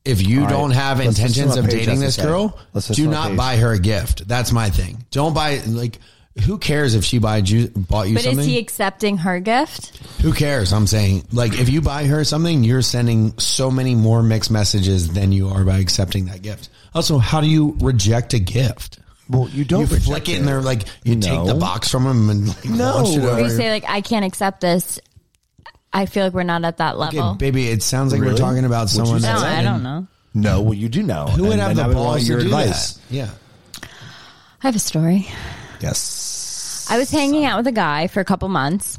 S5: if you
S4: right.
S5: don't have
S4: Let's listen to
S5: intentions
S4: what
S5: of
S4: Paige
S5: dating
S4: has
S5: this
S4: to say.
S5: girl,
S4: Let's listen
S5: do
S4: to what
S5: not
S4: Paige-
S5: buy her a gift. That's my thing. Don't buy like. Who cares if she buy you, bought you
S3: But
S5: something?
S3: is he accepting her gift?
S5: Who cares? I'm saying, like, if you buy her something, you're sending so many more mixed messages than you are by accepting that gift. Also, how do you reject a gift?
S4: Well, you don't
S5: you
S4: reject
S5: flick it, and they're like, you
S4: No.
S5: take the box from them and like,
S4: No.
S5: launch it
S4: Or
S5: over.
S3: Or you say like I can't accept this. I feel like we're not at that
S5: Okay,
S3: level.
S5: baby, it sounds like we're
S4: Really?
S5: talking about
S4: Would you
S5: someone.
S4: say
S3: no,
S5: that's
S3: I
S5: in-
S3: don't know.
S4: No, well, you do know.
S5: Who would
S4: And
S5: have
S4: then I
S5: the
S4: would want
S5: balls
S4: your
S5: to do
S4: advice.
S5: that? Yeah.
S3: I have a story.
S4: Yes.
S3: I was hanging out with a guy for a couple months.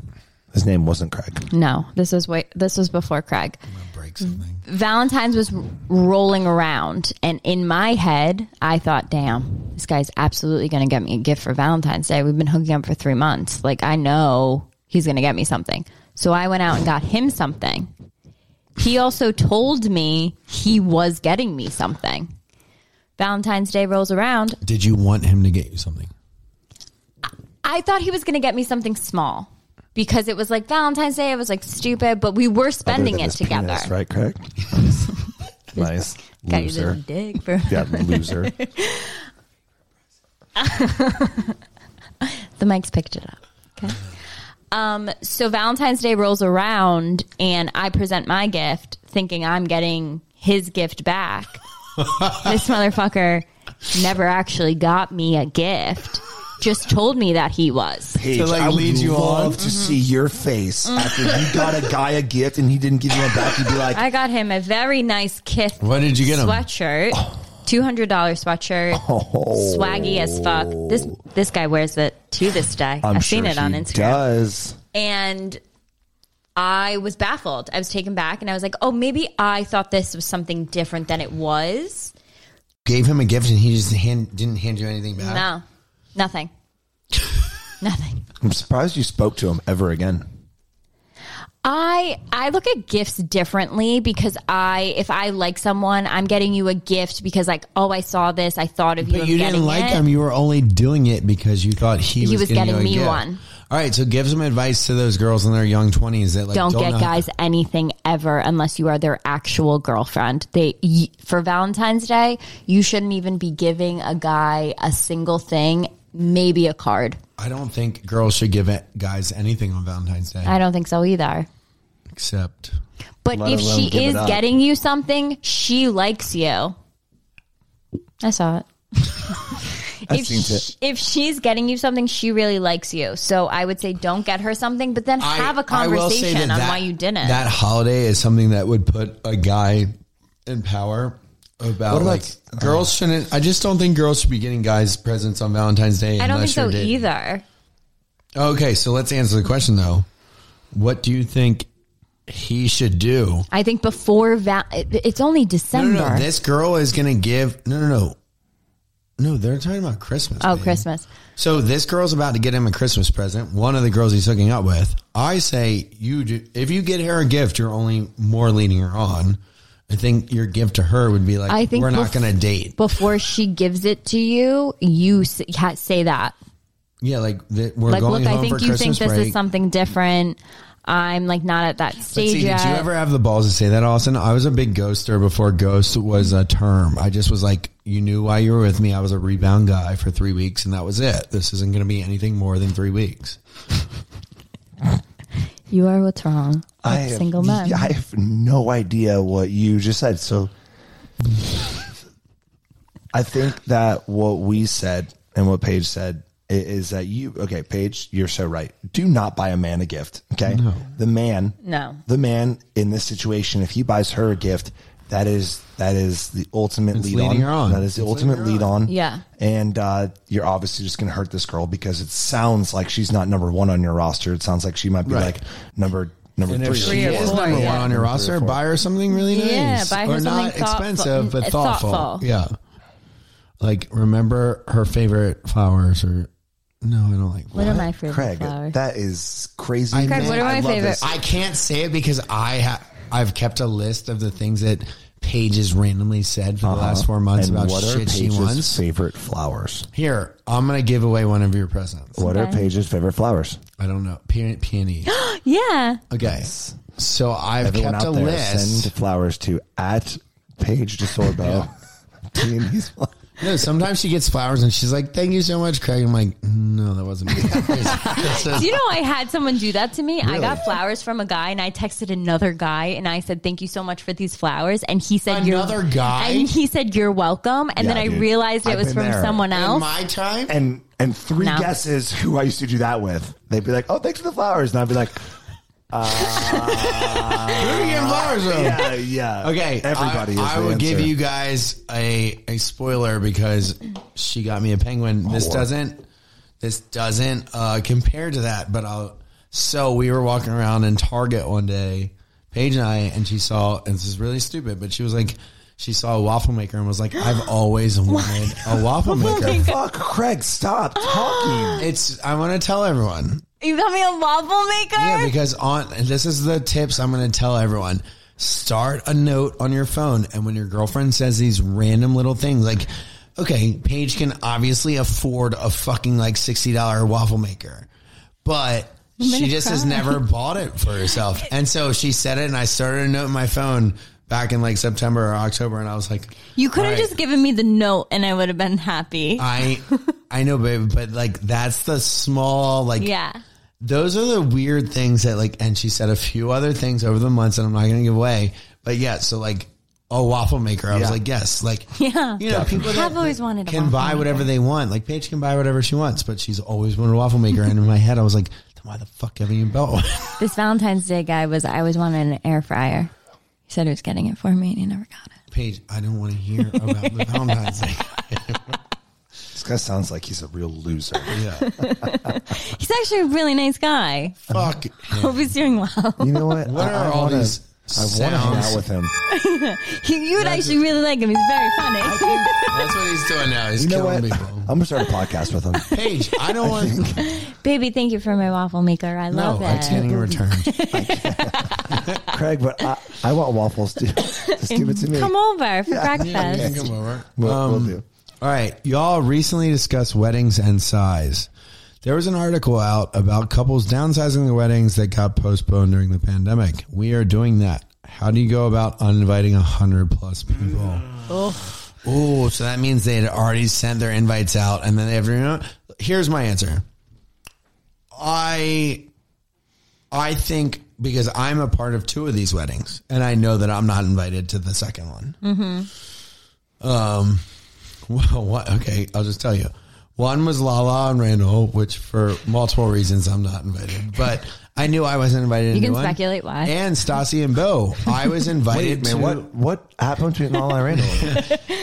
S4: His name wasn't Craig.
S3: No, this was way this was before Craig.
S5: Break something.
S4: Mm-hmm.
S3: Valentine's was r- rolling around, and in my head, I thought, "Damn, this guy's absolutely going to get me a gift for Valentine's Day. We've been hooking up for three months. Like I know he's going to get me something." So I went out and got him something. He also told me he was getting me something. Valentine's Day rolls around.
S5: Did you want him to get you something?
S3: I thought he was going to get me something small because it was like Valentine's Day. I was like stupid, but we were spending it together.
S4: right, Craig? Nice.
S3: Got you the
S4: Loser.
S3: dig for
S4: Yeah, loser.
S3: the mic's picked it up. Okay. Um, so Valentine's Day rolls around and I present my gift thinking I'm getting his gift back. this motherfucker never actually got me a gift. Just told me that he was.
S4: Paige,
S5: To, like,
S4: I would
S5: lead you
S4: love
S5: on?
S4: to see your face after you got a guy a gift and he didn't give you one back. You'd be like,
S3: I got him a very nice Kith
S5: What did you get him?
S3: sweatshirt. Two hundred dollar sweatshirt,
S4: "Oh,
S3: swaggy as fuck. This this guy wears it to this day.
S4: I'm
S3: I've
S4: sure
S3: seen it
S4: he
S3: on Instagram.
S4: Does
S3: and I was baffled. I was taken back, and I was like, "Oh, maybe I thought this was something different than it was."
S5: Gave him a gift and he just hand, didn't hand you anything back.
S3: No, nothing, nothing.
S4: I'm surprised you spoke to him ever again.
S3: I I look at gifts differently because I if I like someone, I'm getting you a gift because like, oh, I saw this, I thought of you.
S5: But
S3: I'm
S5: you didn't
S3: getting
S5: like
S3: it.
S5: him. You were only doing it because you thought he,
S3: He was
S5: getting
S3: getting
S5: you a
S3: me
S5: gift.
S3: one.
S5: All right, so give some advice to those girls in their young twenties that like
S3: don't,
S5: don't,
S3: get
S5: know-
S3: guys anything ever unless you are their actual girlfriend. They y- for Valentine's Day, you shouldn't even be giving a guy a single thing, maybe a card.
S5: I don't think girls should give it- guys anything on Valentine's Day
S3: I don't think so either.
S5: except
S3: But
S4: Let
S3: if
S4: alone
S3: she
S4: give it
S3: is
S4: up.
S3: getting you something, she likes you. I saw it. if,
S4: seen
S3: sh-
S4: it.
S3: if she's getting you something, she really likes you. So I would say don't get her something, but then
S5: I-
S3: have a
S5: I will say
S3: conversation
S5: that
S3: on
S5: that-
S3: why you didn't.
S5: That holiday is something that would put a guy in power about,
S4: What about-
S5: like girls shouldn't. I just don't think girls should be getting guys presents on Valentine's Day.
S3: I don't think
S5: unless
S3: so
S5: you're dating.
S3: either.
S5: Okay, so let's answer the question though. What do you think he should do?
S3: I think before va- it- it's only
S5: No,
S3: December.
S5: no, no. This girl is gonna give. No, no, no. No, they're talking about Christmas.
S3: oh,
S5: man.
S3: Christmas.
S5: So this girl's about to get him a Christmas present. One of the girls he's hooking up with. I say you do, if you get her a gift, you're only more leading her on. I think your gift to her would be like,
S3: I think
S5: we're not
S3: bef-
S5: going to date.
S3: Before she gives it to you, you s- ha- say that.
S5: Yeah, like th- we're
S3: Like,
S5: going
S3: look,
S5: home
S3: I think
S5: for
S3: you think
S5: Christmas
S3: this
S5: break.
S3: is something different. I'm like not at that
S5: Let's
S3: stage
S5: see,
S3: yet.
S5: did you ever have the balls to say that, Austin? I was a big ghoster before ghost was a term. I just was like, you knew why you were with me. I was a rebound guy for three weeks, and that was it. This isn't going to be anything more than three weeks.
S3: You are what's wrong. with
S4: have-
S3: single men.
S4: I have no idea what you just said. So I think that what we said and what Paige said i- is that you okay, Paige, you're so right. Do not buy a man a gift. Okay. The man
S3: No.
S4: The man in this situation, if he buys her a gift, that is that is the ultimate lead on.
S5: leading her on.
S4: That is the ultimate lead on.
S3: Yeah.
S4: And uh, you're obviously just gonna hurt this girl because it sounds like she's not number one on your roster. It sounds like she might be
S5: Right.
S4: like number number
S5: And
S4: three.
S5: if
S4: or
S5: she
S3: or
S5: is
S3: four,
S5: number
S3: yeah.
S5: one on your roster, buy her something really nice.
S3: Yeah, buy her
S5: or
S3: something
S5: not
S3: thoughtful-
S5: expensive, but
S3: uh,
S5: thoughtful.
S3: thoughtful.
S5: Yeah. Like remember her favorite flowers or no, I don't like
S3: What are my favorite
S4: Craig,
S3: flowers?
S4: that is crazy.
S5: I
S3: Craig, what are
S5: I
S3: my
S5: love
S3: favorite-
S5: this. I can't say it because I ha- I've kept a list of the things that Paige has randomly said for the last four months
S4: Uh-huh. and
S5: about
S4: what are
S5: shit she
S4: Paige's
S5: wants.
S4: favorite flowers?
S5: Here, I'm gonna give away one of your presents.
S4: What are
S3: Okay.
S4: Paige's favorite flowers?
S5: I don't know, Pe- peony.
S3: yeah.
S5: E. Okay, so I've
S4: Everyone
S5: kept a
S4: out there,
S5: list.
S4: send flowers to at Paige DeSorbo. Peonies.
S5: No, sometimes she gets flowers and she's like, "Thank you so much, Craig." I'm like, "No, that wasn't me." It's just-
S3: Do you know I had someone do that to me? I got flowers from a guy and I texted another guy and I said, Thank you so much for these flowers. And he said,
S5: Another
S3: you're,
S5: guy?
S3: And he said, You're welcome. And
S4: Yeah,
S3: then I
S4: dude.
S3: realized it
S4: I've
S3: was
S4: been
S3: from
S4: there.
S3: someone
S5: in
S3: else.
S5: Oh my time,
S4: and and three
S3: No.
S4: guesses who I used to do that with. They'd be like, "Oh, thanks for the flowers," and I'd be like,
S5: who are you getting flowers from?
S4: "Yeah, yeah."
S5: Okay,
S4: everybody.
S5: I,
S4: is
S5: I
S4: the
S5: will
S4: answer.
S5: give you guys a a spoiler because she got me a penguin.
S4: Oh,
S5: This doesn't. This doesn't uh, compare to that. But I'll. So we were walking around in Target one day, Paige and I, and she saw. And this is really stupid, but she was like, she saw a waffle maker and was like, "I've always wanted a waffle
S3: Oh
S5: maker."
S4: Fuck, Craig, stop
S3: Ah.
S4: talking.
S5: It's. I want to tell everyone.
S3: You got me a waffle maker?
S5: Yeah, because on and this is the tips I'm going to tell everyone. Start a note on your phone, and when your girlfriend says these random little things, like, okay, Paige can obviously afford a fucking like sixty dollar waffle maker, but she just has never bought it for herself, and so she said it, and I started a note in my phone. back in like September or October, and I was like,
S3: You could have
S5: Right. Uh,
S3: just given me the note and I would have been happy.
S5: I, I know, babe, but like that's the small like
S3: yeah.
S5: those are the weird things that like and she said a few other things over the months and i'm not gonna give away but yeah so like a waffle maker i was like yes like
S3: Yeah.
S5: you know people that
S3: I've always wanted a
S5: can
S3: waffle
S5: buy whatever they want like paige can buy whatever she wants but she's always wanted a waffle maker and in my head i was like then why the fuck haven't you built one
S3: This Valentine's Day guy was, I always wanted an air fryer. He said he was getting it for me and he never got it.
S5: paige i don't want to hear about the valentine's day
S4: This guy sounds like he's a real loser.
S5: yeah
S3: He's actually a really nice guy.
S5: fuck
S3: Hope he's doing well.
S4: You know what?
S5: what
S4: I-
S5: are
S4: I
S5: all
S4: wanna-
S5: these
S4: I want to hang out
S5: sounds
S4: with him.
S3: you would actually really like him. He's very funny.
S5: that's what he's doing now he's
S4: You know what?
S5: killing
S4: I'm
S5: people
S4: gonna start a podcast with him.
S5: paige i don't want
S3: Baby, thank you for my waffle maker. I
S5: no
S3: love
S5: i
S3: it.
S5: can't return
S4: Craig, but I, I want waffles too. Just give it to me.
S3: Come over for
S5: Yeah, you
S3: breakfast.
S5: can come over.
S4: We'll, we'll
S5: Um,
S4: do.
S5: All right, y'all recently discussed weddings and size. There was an article out about couples downsizing their weddings that got postponed during the pandemic. We are doing that. How do you go about uninviting a hundred plus people? Oh, so that means they had already sent their invites out, and then everyone. Here's my answer. I, I think because I'm a part of two of these weddings, and I know that I'm not invited to the second one.
S3: Mm-hmm.
S5: Um, well, what? Okay, I'll just tell you. One was Lala and Randall, which for multiple reasons I'm not invited, but I knew I wasn't invited.
S3: You
S5: to
S3: can
S5: one.
S3: speculate why.
S5: And Stassi and Bo, I was invited
S4: Wait, man,
S5: to.
S4: what what happened to all I ran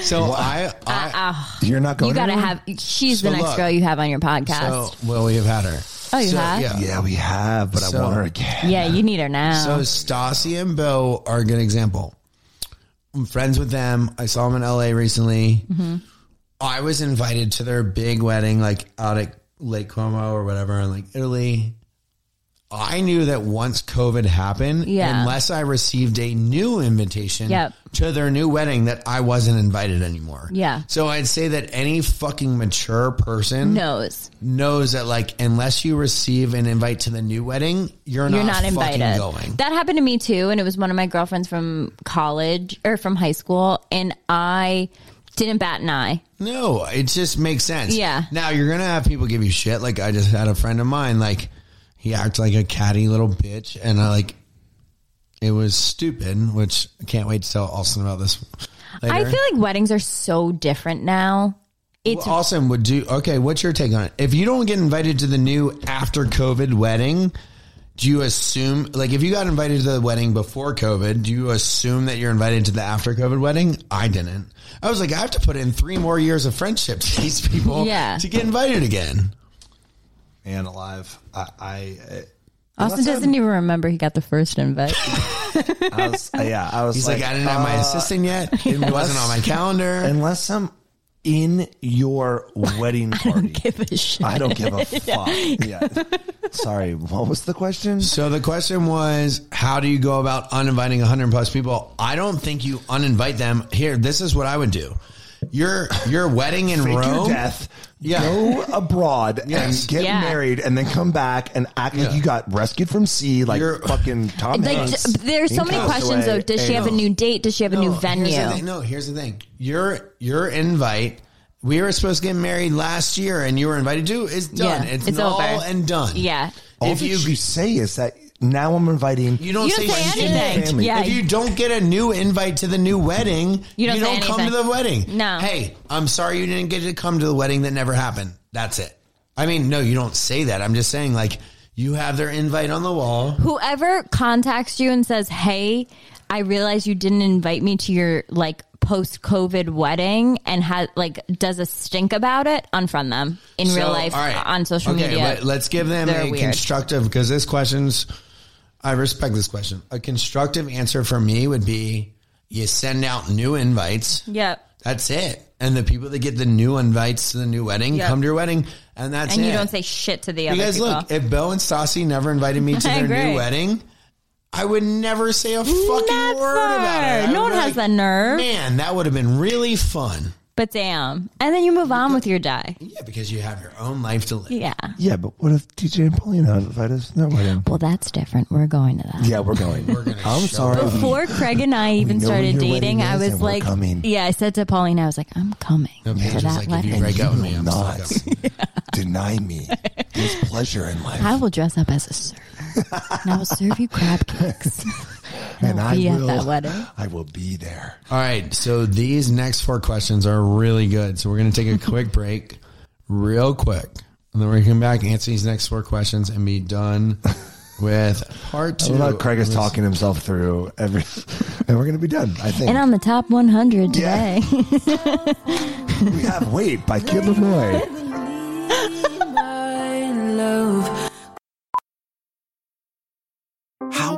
S5: So I,
S3: Uh,
S5: I
S4: You're not going.
S3: You gotta
S4: anywhere?
S3: have. She's
S5: So
S3: the next
S5: look.
S3: girl you have on your podcast.
S5: So, well, we have had her.
S3: Oh, you
S5: So,
S3: have?
S5: Yeah.
S4: Yeah, we have, but
S5: So-
S4: I want her again.
S3: yeah, you need her now.
S5: So Stassi and Bo are a good example. I'm friends with them. I saw them in LA recently.
S3: Mm-hmm.
S5: I was invited to their big wedding, like out at Lake Como or whatever in like Italy. I knew that once COVID happened,
S3: Yeah.
S5: unless I received a new invitation
S3: Yep.
S5: to their new wedding, that I wasn't invited anymore.
S3: Yeah.
S5: So I'd say that any fucking mature person
S3: Knows.
S5: knows that like unless you receive an invite to the new wedding, you're,
S3: You're
S5: not,
S3: not
S5: fucking
S3: invited.
S5: going.
S3: That happened to me too. And it was one of my girlfriends from college or from high school. And I didn't bat an eye.
S5: No, it just makes sense.
S3: Yeah.
S5: Now you're gonna have people give you shit. Like I just had a friend of mine, like he acted like a catty little bitch, and I like it was stupid. Which I can't wait to tell Austin about this. Later.
S3: I feel like weddings are so different now. It's
S5: Well, Austin would do. Okay, what's your take on it? If you don't get invited to the new after COVID wedding, do you assume like if you got invited to the wedding before COVID, do you assume that you're invited to the after COVID wedding? I didn't. I was like, I have to put in three more years of friendship to these people
S3: Yeah.
S5: to get invited again.
S4: Man alive, I, I,
S5: uh,
S3: Austin doesn't even remember he got the first invite.
S4: I was, yeah, I was.
S5: He's like, I didn't have my
S4: uh,
S5: assistant yet. It wasn't on my calendar.
S4: unless I'm in your wedding party,
S3: Give a shit.
S4: I don't give a fuck. yeah. Sorry, what was the question?
S5: So the question was, how do you go about uninviting 100 plus people? I don't think you uninvite them. Here, this is what I would do. Your your wedding in
S4: Fake
S5: Rome.
S4: your death.
S5: Yeah.
S4: Go abroad
S5: Yes.
S4: and get
S3: Yeah.
S4: married, and then come back and act like you got rescued from sea, like
S5: You're-
S4: fucking Tom
S3: Like,
S4: Hanks.
S3: t- there's so
S4: in
S3: many questions
S4: Castaway
S3: though. Does she
S4: and-
S3: have a new date? Does she have a new
S5: No, here's the
S3: venue?
S5: thing- no, here's the thing. Your your invite. We were supposed to get married last year, and you were invited to. It's done.
S3: Yeah,
S5: it's
S3: it's
S5: all
S3: over.
S5: and done.
S3: Yeah.
S4: All
S5: if
S4: that
S5: you
S4: you say is that now I'm inviting
S5: you don't
S3: You
S5: say,
S3: don't say
S5: shit.
S3: anything.
S4: Family.
S3: Yeah.
S5: If you don't get a new invite to the new wedding,
S3: You
S5: you don't,
S3: don't say
S5: come to
S3: anything.
S5: the wedding.
S3: No.
S5: Hey, I'm sorry you didn't get to come to the wedding that never happened. That's it. I mean, no, you don't say that. I'm just saying, like, you have their invite on the wall.
S3: Whoever contacts you and says, "Hey, I realize you didn't invite me to your like post-COVID wedding," and has like does a stink about it, unfriend them in real
S5: So,
S3: life
S5: all right.
S3: on social
S5: Okay,
S3: media.
S5: but let's give them
S3: They're
S5: a
S3: weird.
S5: constructive because this question's. I respect this question. A constructive answer for me would be: you send out new invites.
S3: Yep.
S5: That's it. And the people that get the new invites to the new wedding
S3: Yep.
S5: come to your wedding, and that's
S3: And
S5: it.
S3: you don't say shit to the other
S5: Because
S3: people.
S5: look, if Bo and Stassi never invited me to
S3: I
S5: their new
S3: agree.
S5: wedding, I would never say a fucking
S3: Never.
S5: word about it. I
S3: No one
S5: would be
S3: has the nerve.
S5: Man, that would have been really fun.
S3: But damn. And then you move on with your day.
S5: Yeah, because you have your own life to live.
S3: Yeah.
S4: Yeah, but what if DJ and Paulina invite us? No, we're in.
S3: Well, that's different. We're going to that.
S4: Yeah, we're going.
S5: We're gonna
S4: I'm
S5: show
S4: sorry.
S5: up.
S3: Before Craig and I even
S4: know
S3: started
S4: your wedding
S3: dating, I
S4: is
S3: was
S4: and we're
S3: like,
S4: coming.
S3: yeah, I said to Pauline, I was like, I'm coming.
S5: No, Paige
S3: to
S5: was
S3: that
S5: like, if you
S3: wedding.
S5: break up with me,
S4: will
S5: I'm stuck
S4: not
S5: up.
S4: deny me this pleasure in life.
S3: I will dress up as a server and I will serve you crab cakes.
S4: and I
S3: be at
S4: will.
S3: that wedding.
S4: I will be there.
S5: All right, so these next four questions are really good. So we're going to take a quick break, real quick, and then we're going to come back, answer these next four questions, and be done with part
S4: I
S5: two.
S4: love Craig is
S5: Let's-
S4: talking himself through every, and we're gonna be done. I think
S3: And on the top 100
S4: Yeah.
S3: today.
S4: we have "Wait" by Kid Leroy.
S6: How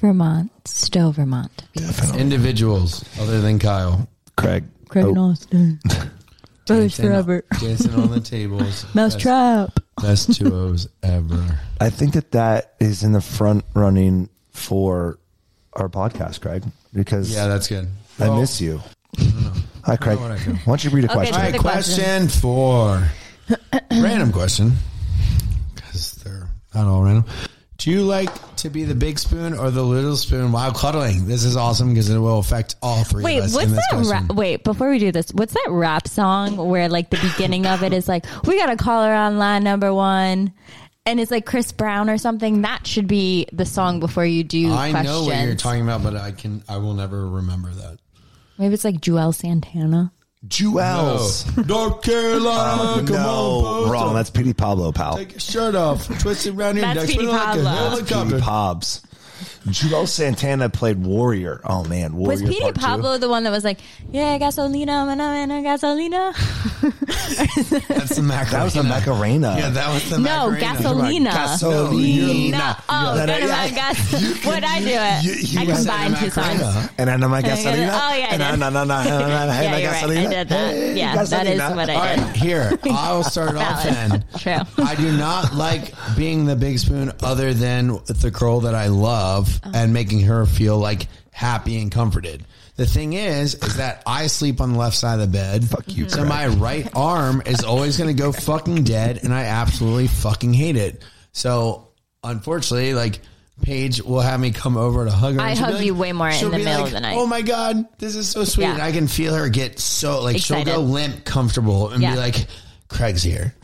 S3: Vermont, still Vermont.
S5: individuals other than Kyle
S4: Craig,
S3: Craig
S4: oh,
S3: Austin. Bruce
S5: dancing,
S3: Robert.
S5: dancing on the tables.
S3: Mouse
S5: Best-
S3: Trap.
S5: Best duos ever.
S4: I think that that is in the front running for our podcast, Craig, because
S5: Yeah, that's good.
S4: I miss you. Hi, Craig.
S5: know what I
S4: Why
S5: feel.
S4: don't you read a
S3: Okay,
S4: question?
S5: All right,
S3: The
S5: question four. random question. Because they're not all random. Do you like to be the big spoon or the little spoon while cuddling? This is awesome because it will affect all three
S3: Wait,
S5: of us.
S3: what's
S5: in this
S3: that?
S5: question.
S3: Rap, wait, before we do this, what's that rap song where like the beginning of it is like, "We got a caller on line number one," and it's like Chris Brown or something? That should be the song before you do.
S5: I
S3: questions.
S5: know what you're talking about, but I can I will never remember that.
S3: Maybe it's like Joel Santana.
S4: Jewels.
S5: Oh, North Carolina,
S4: Uh,
S5: come on,
S4: no,
S5: boys.
S4: wrong. That's Petey Pablo, pal.
S5: Take your shirt off, twist it around your
S3: That's
S5: neck,
S3: Petey
S5: spin it like a
S3: Pablo.
S4: Petey
S5: helicopter.
S4: Pobs. Joel Santana played Warrior. Oh man, Warrior.
S3: Was Petey
S4: Part Two.
S3: Pablo the one that was like, "Yeah, gasolina, mana, mana, gasolina"?
S5: That's the Macarena.
S4: That was the Macarena.
S5: Yeah, that was the
S3: No,
S5: Macarena.
S3: gasolina.
S4: Gasolina.
S3: No. Oh,
S4: Then I-
S3: then I,
S4: yeah.
S3: gas- what I do it?
S4: You- you
S3: I
S4: said
S3: combined two
S5: Macarena.
S3: songs.
S4: And I know my gasolina.
S3: Oh, yeah, I
S4: And I
S3: did.
S4: know, no, no, no, no, no,
S3: Yeah,
S4: my
S3: you're right.
S4: gasolina.
S3: I did that.
S4: Hey,
S3: Yeah, that is
S4: gasolina.
S3: what
S5: All
S3: I did.
S5: right, here I'll start off
S3: Valid.
S5: then.
S3: True.
S5: I do not like being the big spoon other than the girl that I love
S3: Uh-huh.
S5: and making her feel like happy and comforted. The thing is, is that I sleep on the left side of the bed. Fuck
S4: you,
S5: So
S4: Craig.
S5: my right arm is always going to go fucking dead and I absolutely fucking hate it. So unfortunately, like Paige will have me come over to hug her.
S3: I
S5: and she'll be
S3: hug
S5: like-
S3: you way more in
S5: she'll
S3: the
S5: be
S3: middle
S5: like,
S3: of the night.
S5: Oh my God, this is so sweet.
S3: Yeah.
S5: And I can feel her get so like,
S3: Excited.
S5: she'll go limp comfortable and
S3: Yeah.
S5: be like, Craig's here.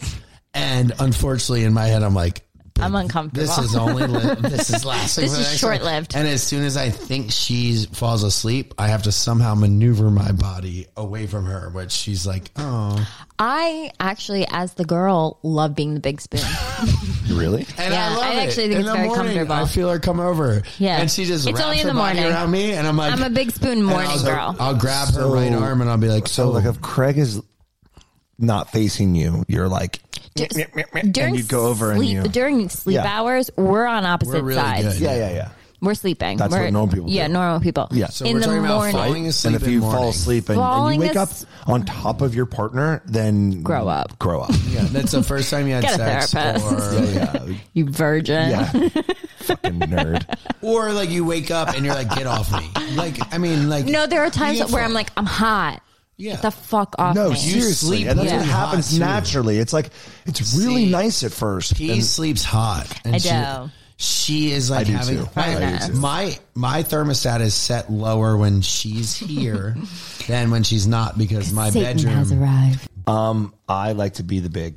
S5: And unfortunately, in my head, I'm like,
S3: I'm uncomfortable.
S5: this is only li- this is lasting.
S3: This
S5: for the
S3: is
S5: next one.
S3: short-lived.
S5: And as soon as I think she falls asleep, I have to somehow maneuver my body away from her, which she's like, oh.
S3: I actually, as the girl, love being the big spoon.
S4: Really?
S5: And I
S3: Yeah,
S5: love
S3: I
S5: it.
S3: actually think
S5: in
S3: it's
S5: the
S3: very
S5: morning,
S3: comfortable.
S5: I feel her come over.
S3: Yeah.
S5: and she just
S3: It's
S5: wraps
S3: only in
S5: her
S3: the
S5: body
S3: morning.
S5: around me, and I'm like,
S3: I'm a big spoon
S5: and I'll-
S3: morning girl.
S5: I'll grab her right arm, and I'll be like,
S4: So,
S5: oh.
S4: like, if Craig is not facing you, you're like,
S3: During
S4: and you go over and
S3: sleep,
S4: you.
S3: during sleep
S4: Yeah.
S3: hours, we're on opposite
S5: We're really
S3: sides.
S5: good.
S4: yeah, yeah, yeah.
S3: We're sleeping.
S4: That's
S3: we're,
S4: what normal people
S3: Yeah,
S4: do.
S3: normal people.
S4: Yeah. So
S3: in
S5: we're
S3: the
S5: talking about
S3: morning,
S5: falling asleep
S4: And if you
S5: in
S4: fall
S5: morning.
S4: asleep and, and
S3: Falling
S4: you wake
S3: as-
S4: up on top of your partner, then
S3: Grow up.
S4: Grow up. Oh,
S5: Yeah, that's the first time you had
S3: Get a
S5: sex,
S3: therapist.
S5: or,
S4: yeah.
S3: you virgin.
S4: yeah. Fucking nerd.
S5: or like you wake up and you're like, "Get off me!" Like, I mean, like,
S3: No, there are times
S5: you
S3: where I'm
S5: fall-
S3: like, I'm hot.
S5: yeah,
S3: Get the fuck off
S4: No,
S3: me.
S5: you
S4: seriously.
S5: sleep
S4: and that's
S5: really
S4: what
S5: hot,
S4: happens
S5: too.
S4: naturally. It's like, it's really
S5: See,
S4: nice at first.
S5: He
S4: and-
S5: sleeps hot. And
S3: I
S5: she,
S3: do.
S5: She is like
S4: I do
S5: having
S4: too.
S5: My,
S4: I do too.
S5: my my thermostat is set lower when she's here than when she's not because my
S3: Satan
S5: bedroom.
S3: has arrived.
S4: um, I like to be the big.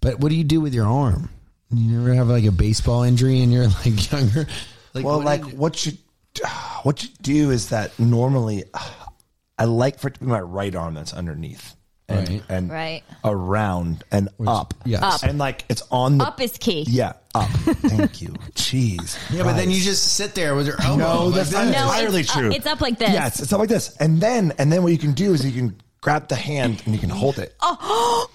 S5: But what do you do with your arm? You never have like a baseball injury and you're like younger. Like,
S4: Well,
S5: what
S4: like
S5: do you-
S4: what you what you do is that normally I like for it to be my right arm that's underneath. and and
S3: Right.
S4: around and up.
S5: yes. Up.
S4: And like it's on the
S3: Up is key.
S4: Yeah, up. Thank you. Jeez.
S5: Yeah, but then
S4: guys.
S5: you just sit there with your elbow.
S4: No,
S5: like
S4: that's
S5: this.
S4: not
S3: No,
S4: entirely
S3: it's,
S4: true.
S3: Up, it's up like this.
S4: Yes, it's not like this. And then and then what you can do is you can grab the hand and you can hold it.
S3: Oh,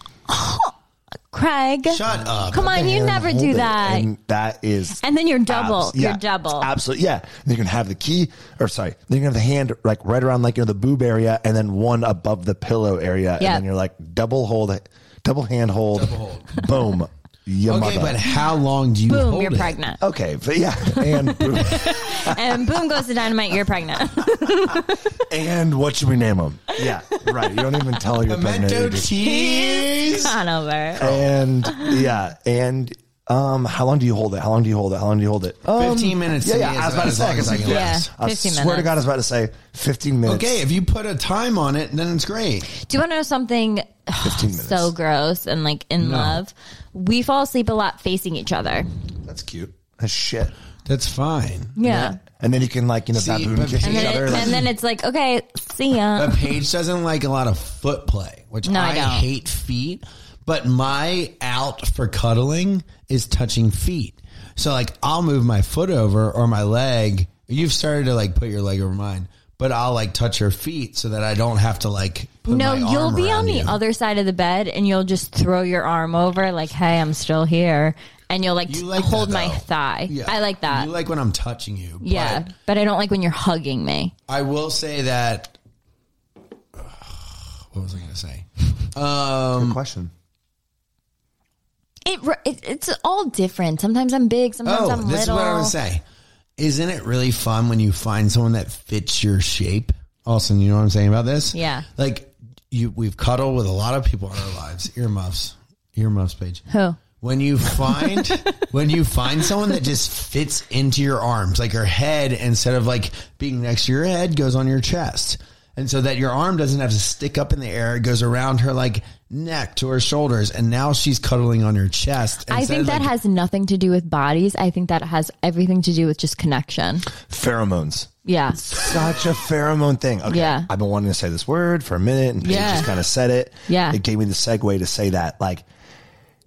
S3: Craig.
S5: Shut up.
S3: Come on, you
S4: and
S3: never
S4: hold
S3: do
S4: it.
S3: that.
S4: And that is
S3: And then you're double.
S4: abs-
S3: You're
S4: yeah,
S3: double.
S4: Absolutely. Yeah. And you can have the key or sorry, then you can have the hand like right around like you know the boob area and then one above the pillow area.
S3: Yeah.
S4: And then you're like double hold it, double hand hold.
S5: Double hold.
S4: Boom. You
S5: Okay,
S4: mother.
S5: but how long do you
S3: boom,
S5: hold
S3: you're
S5: it?
S3: pregnant.
S4: Okay, but yeah, and boom.
S3: and boom goes the dynamite, you're pregnant.
S4: and what should we name them? Yeah, right. You don't even tell your pregnant.
S5: Memento
S4: you just-
S5: cheese.
S3: Come on over.
S4: and yeah, and um, how long do you hold it? How long do you hold it? How long do you hold it? Um,
S5: 15 minutes
S4: Yeah,
S5: to
S4: yeah.
S5: me
S4: I was
S5: is
S4: about to
S5: as
S4: say.
S5: long
S4: I was
S5: as I
S4: like,
S5: can
S3: Yeah,
S4: yes. I
S3: 15
S4: swear to
S3: minutes.
S4: God, I was about to say fifteen minutes.
S5: Okay, if you put a time on it, then it's great.
S3: Do you want to know something
S4: 15 minutes.
S3: so gross and like in love? We fall asleep a lot facing each other.
S4: That's cute. That's shit.
S5: That's fine.
S3: Yeah.
S4: And then you can like you know
S5: See,
S4: baboon
S5: but
S4: kiss
S3: And,
S4: each
S3: then
S4: other.
S3: it,
S4: like-
S3: and then it's like, okay, see ya.
S5: But Paige doesn't like a lot of foot play, which
S3: No, I
S5: I,
S3: don't.
S5: hate feet. But my out for cuddling is touching feet. So like I'll move my foot over or my leg. You've started to like put your leg over mine, but I'll like touch her feet so that I don't have to like. Put
S3: No,
S5: my
S3: you'll
S5: arm
S3: be on
S5: around
S3: the
S5: you.
S3: other side of the bed and you'll just throw your arm over, like, hey, I'm still here. And you'll like,
S5: You
S3: t-
S5: like that,
S3: hold my
S5: though.
S3: thigh.
S5: Yeah.
S3: I like that.
S5: You like when I'm touching you. but
S3: yeah. But, I don't like when you're hugging me.
S5: I will say that. What was I going to say? Um,
S4: Good question.
S3: It, re- it It's all different. Sometimes I'm big, sometimes
S5: Oh,
S3: I'm
S5: this is
S3: little.
S5: what I would say. Isn't it really fun when you find someone that fits your shape? Austin, you know what I'm saying about this?
S3: Yeah.
S5: Like you, we've cuddled with a lot of people in our lives. Earmuffs, earmuffs, Paige.
S3: Who?
S5: When you find when you find someone that just fits into your arms, like your head instead of like being next to your head goes on your chest. And so that your arm doesn't have to stick up in the air, it goes around her like neck to her shoulders, and now she's cuddling on your chest.
S3: I
S5: instead
S3: think
S5: of,
S3: that
S5: like,
S3: has nothing to do with bodies. I think that has everything to do with just connection.
S4: Pheromones.
S3: Yeah.
S4: Such a pheromone thing. Okay.
S3: Yeah.
S4: I've been wanting to say this word for a minute and Paige
S3: Yeah.
S4: just kind of said it.
S3: Yeah.
S4: It gave me the segue to say that. Like,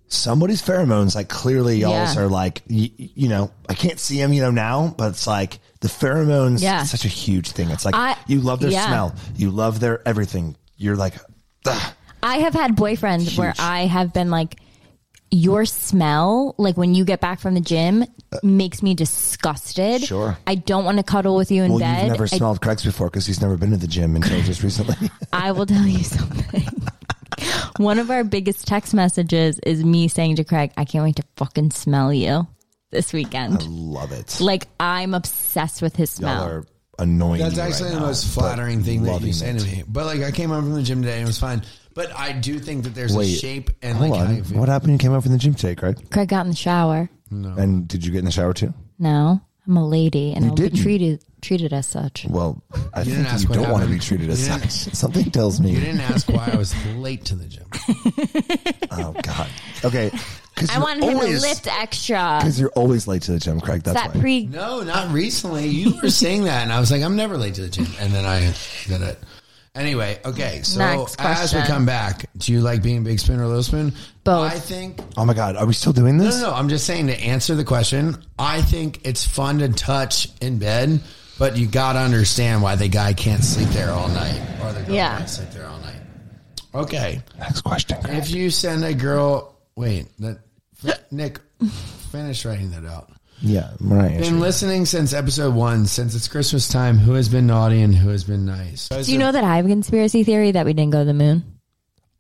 S4: somebody's pheromones, like, clearly y'all's
S3: Yeah.
S4: are like, you, you know, I can't see them, you know, now, but it's like the pheromones,
S3: Yeah.
S4: it's such a huge thing. It's like,
S3: I-
S4: you love their
S3: yeah.
S4: smell, you love their everything. You're like, "Ugh."
S3: I have had boyfriends where I have been like, your smell, like when you get back from the gym, makes me disgusted.
S4: Sure.
S3: I don't want to cuddle with you in
S4: well,
S3: bed.
S4: you've never
S3: I
S4: smelled Craig's before because he's never been to the gym until just recently.
S3: I will tell you something. One of our biggest text messages is me saying to Craig, I can't wait to fucking smell you this weekend.
S4: love it.
S3: Like, I'm obsessed with his
S4: Y'all
S3: smell.
S4: are annoying.
S5: That's
S4: me right
S5: actually the
S4: now,
S5: most
S4: but
S5: flattering thing that
S4: loving
S5: you say
S4: it.
S5: to me. But like, I came home from the gym today and it was fine. But I do think that there's a
S4: Wait,
S5: shape and
S4: Hold
S5: like,
S4: on.
S5: I-
S4: What happened? You came out from the gym today, Craig?
S3: Craig got in the shower.
S4: And did you get in the shower too?
S3: No, I'm a lady and
S4: You
S3: I'll be
S4: didn't.
S3: treated treated as such.
S4: Well, I
S5: You didn't
S4: think
S5: ask
S4: you
S5: what
S4: don't want to
S5: happened.
S4: be treated as
S5: You didn't-
S4: such. Something tells
S5: you
S4: me.
S5: didn't ask why I was late to the gym.
S4: Oh God. Okay. Because
S3: I wanted him to lift extra.
S4: Because you're always late to the gym, Craig. That's
S3: That
S4: why.
S3: pre
S5: No, not recently. You were saying that, and I was like, I'm never late to the gym. And then I did it. Anyway, okay. So
S3: Next
S5: as we
S3: question.
S5: come back, do you like being big spoon or little spoon?
S3: Both.
S5: I think
S4: oh my God. Are we still doing
S5: No,
S4: this?
S5: no, no. I'm just saying to answer the question, I think it's fun to touch in bed, but you got to understand why the guy can't sleep there all night or the girl
S3: Yeah.
S5: can't sleep there all night. Okay.
S4: Next question. Craig.
S5: If you send a girl, wait, that, f- Nick, finish writing that out.
S4: Yeah. Right.
S5: Been listening since episode one, since it's Christmas time. Who has been naughty and who has been nice?
S3: Do you know that I have a conspiracy theory that we didn't go to the moon?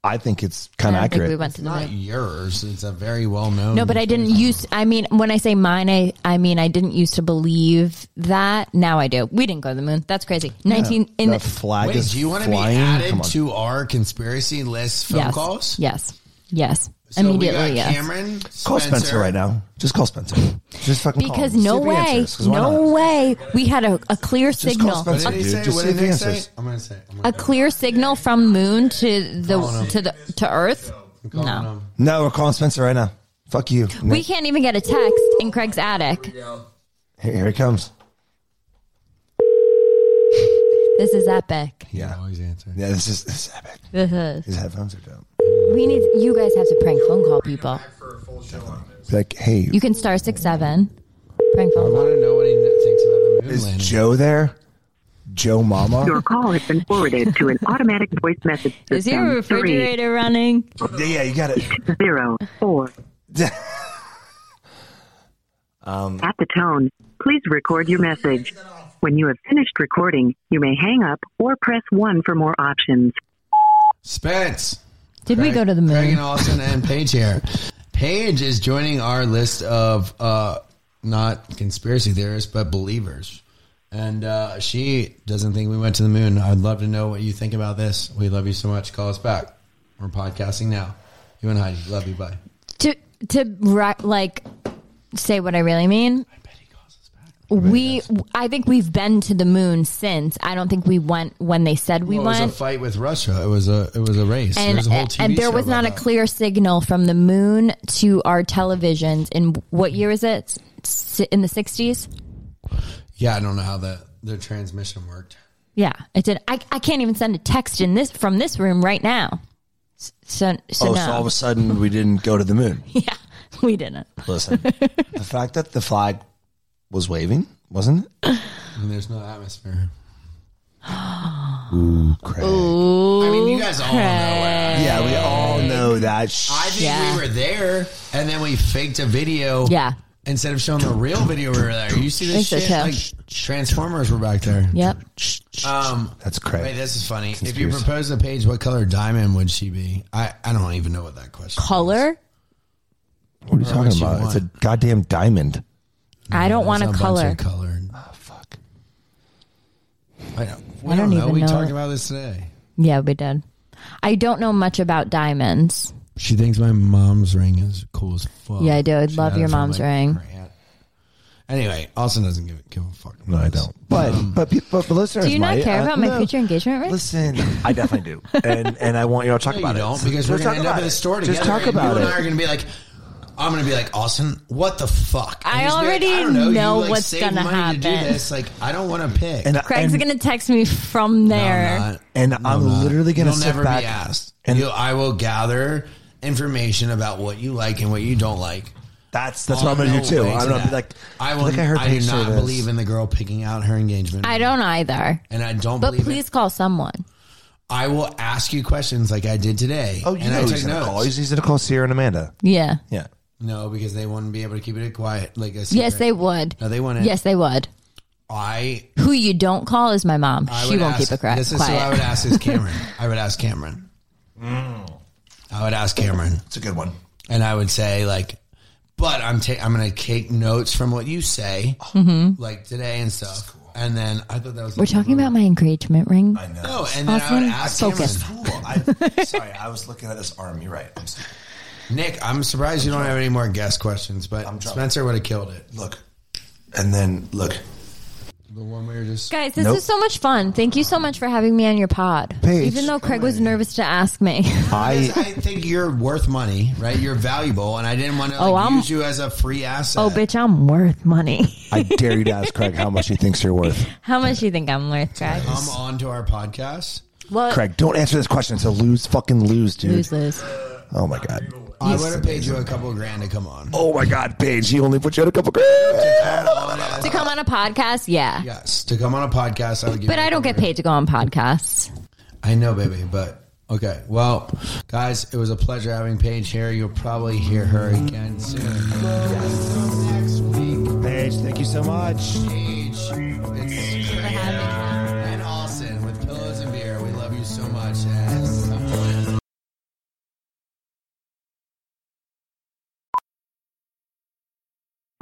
S4: I think it's
S3: I
S4: kind
S3: don't
S4: of
S3: think we
S4: accurate.
S3: went to the
S5: Not
S3: moon.
S5: yours. It's a very well known.
S3: No, but I didn't use. I mean, when I say mine, I I mean I didn't used to believe that. Now I do. We didn't go to the moon. That's crazy. Nineteen in
S4: the flag
S5: Wait,
S4: is
S5: do you want to be
S4: flying. Come
S5: added
S4: on.
S5: to our conspiracy list phone
S3: yes,
S5: calls?
S3: yes, yes.
S5: So
S3: Immediately,
S5: we got
S3: yes.
S5: Cameron, Spencer,
S4: call Spencer. right now. Just call Spencer. Just fucking call
S3: because
S4: him. See
S3: no
S4: if he
S3: way,
S4: answers, 'cause why
S3: no
S4: not?
S3: way, we had a, a clear
S4: call
S3: signal,
S4: Spencer.
S5: What did he
S4: Dude,
S5: say?
S4: just
S5: What
S4: see
S5: did
S4: if he
S5: Nick say?
S4: answers.
S5: I'm gonna say. I'm gonna
S3: a clear signal from moon to the to the to Earth. No,
S4: No, we're calling Spencer right now. Fuck you.
S3: we can't even get a text in Craig's attic.
S4: Here, here he comes.
S3: This is epic.
S4: Yeah.
S5: Always answer.
S4: Yeah, this is, this is epic.
S3: This is.
S4: His headphones are dope.
S3: We need you guys have to prank phone call people.
S4: It's like, hey,
S3: You can star six seven. Prank phone call.
S5: I want to know what he thinks about the moon
S4: is
S5: landing.
S4: Joe there? Joe Mama?
S7: Your call has been forwarded to an automatic voice message system.
S3: Is your refrigerator running?
S4: yeah, yeah, you got it.
S7: Three, zero, four.
S4: Oh,
S7: At the tone, please record your message. When you have finished recording, you may hang up or press 1 for more options.
S5: Spence.
S3: Did we
S5: Craig-
S3: go to the
S5: Craig and
S3: moon?
S5: Austin and Paige here. Paige is joining our list of uh, not conspiracy theorists, but believers. And uh, she doesn't think we went to the moon. I'd love to know what you think about this. We love you so much. Call us back. We're podcasting now. You and Heidi, love you. Bye.
S3: To to ri- like say what I really mean. We, I think we've been to the moon since. I don't think we went when they said we
S5: Well, it was
S3: went.
S5: a fight with Russia. It was a it was a race.
S3: and
S5: There's a whole TV
S3: and there
S5: show
S3: was
S5: about
S3: not a
S5: that.
S3: clear signal from the moon to our televisions. In what year is it? S- In the sixties?
S5: Yeah, I don't know how the the transmission worked.
S3: Yeah, it did. I I can't even send a text in this from this room right now. S- So so
S4: Oh,
S3: no,
S4: so all of a sudden we didn't go to the moon.
S3: yeah, we didn't.
S4: Listen, the fact that the flag was waving, wasn't it?
S5: And there's no atmosphere.
S4: Craig.
S5: I mean, you guys all know where.
S4: Yeah, we all know that. Sh-
S5: I think
S3: Yeah.
S5: we were there, and then we faked a video.
S3: Yeah.
S5: Instead of showing the real video, we were there. You see this
S3: Think so,
S5: shit?
S3: too.
S5: Like, Transformers were back there.
S3: Yep.
S5: Um,
S4: That's Craig.
S5: Wait, this is funny. If you
S4: Conspiracy.
S5: proposed to Paige, what color diamond would she be? I, I don't even know what that question. is.
S3: Color?
S4: what are you
S5: what
S4: talking
S5: you
S4: about? It's a
S5: want.
S4: goddamn diamond.
S3: I don't want
S5: There's
S3: a
S5: bunch
S3: color.
S5: of Color.
S4: Ah, Fuck.
S5: I don't. We
S3: I
S5: don't
S3: don't
S5: know.
S3: even
S5: We
S3: know
S5: talked
S3: it.
S5: about this today.
S3: Yeah, we did. I don't know much about diamonds.
S5: She thinks my mom's ring is cool as fuck.
S3: Yeah, I do. I'd
S5: She
S3: love
S5: got it
S3: your
S5: from,
S3: mom's ring.
S5: her aunt. Anyway, Austin doesn't give, give a fuck.
S4: No, I don't. But but pe- but, but listeners,
S3: Do you not
S4: might,
S3: care
S4: uh,
S3: about my
S4: no.
S3: future engagement ring?
S4: Listen, I definitely do, and and I want you all to talk
S5: No, you
S4: about
S5: don't,
S4: it
S5: because we're
S4: Just
S5: going
S4: talk
S5: to end up
S4: about
S5: in the
S4: it.
S5: store together.
S4: Just talk
S5: and
S4: about
S5: you
S4: it.
S5: and I are going to be like, I'm going to be like, Austin, what the fuck? And
S3: I
S5: he's gonna be
S3: already
S5: like, I don't know, you,
S3: know
S5: like,
S3: what's
S5: saved
S3: gonna
S5: money To do
S3: happen.
S5: this. Like, I don't want to pick.
S4: and
S3: Craig's
S4: and,
S3: gonna text me from
S5: No, I'm
S3: there.
S5: not.
S4: and I'm literally gonna
S5: You'll
S4: sit
S5: never
S4: back
S5: be asked.
S4: and-
S5: you, I will gather information about what you like and what you don't like.
S4: That's that's what I'm gonna
S5: Oh, No
S4: do too.
S5: way
S4: I'm gonna
S5: that.
S4: be like,
S5: I
S4: I
S5: will.
S4: think I heard
S5: I do
S4: Paige say
S5: not
S4: this.
S5: believe in the girl picking out her engagement.
S3: I don't either.
S5: and I don't.
S3: But
S5: believe it.
S3: please call someone.
S5: I will ask you questions like I did today.
S4: Oh, you
S5: and
S4: know
S5: I
S4: he's
S5: took
S4: gonna call.
S5: notes.
S4: He's, he's gonna call Sierra and Amanda.
S3: Yeah.
S4: Yeah,
S5: No, because they wouldn't be able to keep it quiet. Like a secret.
S3: Yes, they would.
S5: No, they wouldn't.
S3: Yes, they would.
S5: I.
S3: Who you don't call is my mom.
S5: I
S3: she
S5: would
S3: won't
S5: ask-
S3: keep it cra-
S5: This is who I would
S3: quiet.
S5: ask is Cameron. I would ask Cameron. I would ask Cameron,
S4: it's a good one.
S5: and I would say like, but I'm ta- I'm gonna take notes from what you say, like today and stuff. And then I thought that was
S3: Mm-hmm. We're talking about my engagement ring.
S5: no, and then I
S3: Austin,
S5: would ask
S3: focus.
S5: Cameron.
S4: I, sorry, I was looking at his arm. You're right. I'm sorry.
S5: Nick, I'm surprised you don't have any more guest questions, but
S4: drunk.
S5: Spencer would have killed it.
S4: Look, and then look.
S5: The one we were just
S3: Guys, this
S4: Nope.
S3: is so much fun. Thank you so much for having me on your pod.
S4: Paige,
S3: Even though Craig was nervous to ask me.
S5: Because
S4: I
S5: I think you're worth money, right? You're valuable, and I didn't want to like,
S3: Oh, I'm-
S5: use you as a free asset.
S3: oh, bitch, I'm worth money.
S4: I dare you to ask Craig how much he thinks you're worth.
S3: How much do you think I'm worth, Craig?
S5: Come on to our podcast.
S3: Well,
S4: Craig, don't answer this question. It's a lose, fucking lose, dude.
S3: lose, lose.
S4: Oh my god.
S5: I would have paid you a couple grand to come on.
S4: Oh my god, Paige, he only put you at a couple grand.
S3: To come on a podcast, yeah.
S5: Yes, to come on a podcast, I would. Give
S3: But
S5: you a
S3: I don't get
S5: couple
S3: paid to go on podcasts.
S5: grand. I know, baby, but okay. Well, guys, it was a pleasure having Paige here. You'll probably hear her again soon.
S4: Paige, thank you so much.
S5: Paige, it's and Austin with pillows and beer. We love you so much. And-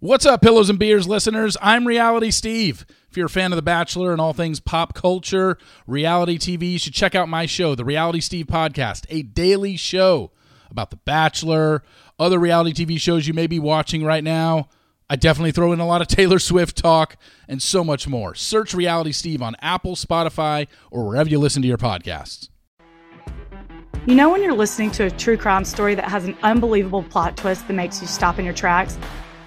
S8: What's up, Pillows and Beers listeners? I'm Reality Steve. If you're a fan of The Bachelor and all things pop culture, reality TV, you should check out my show, The Reality Steve Podcast, a daily show about The Bachelor, other reality TV shows you may be watching right now. I definitely throw in a lot of Taylor Swift talk and so much more. Search Reality Steve on Apple, Spotify, or wherever you listen to your podcasts.
S9: You know, when you're listening to a true crime story that has an unbelievable plot twist that makes you stop in your tracks?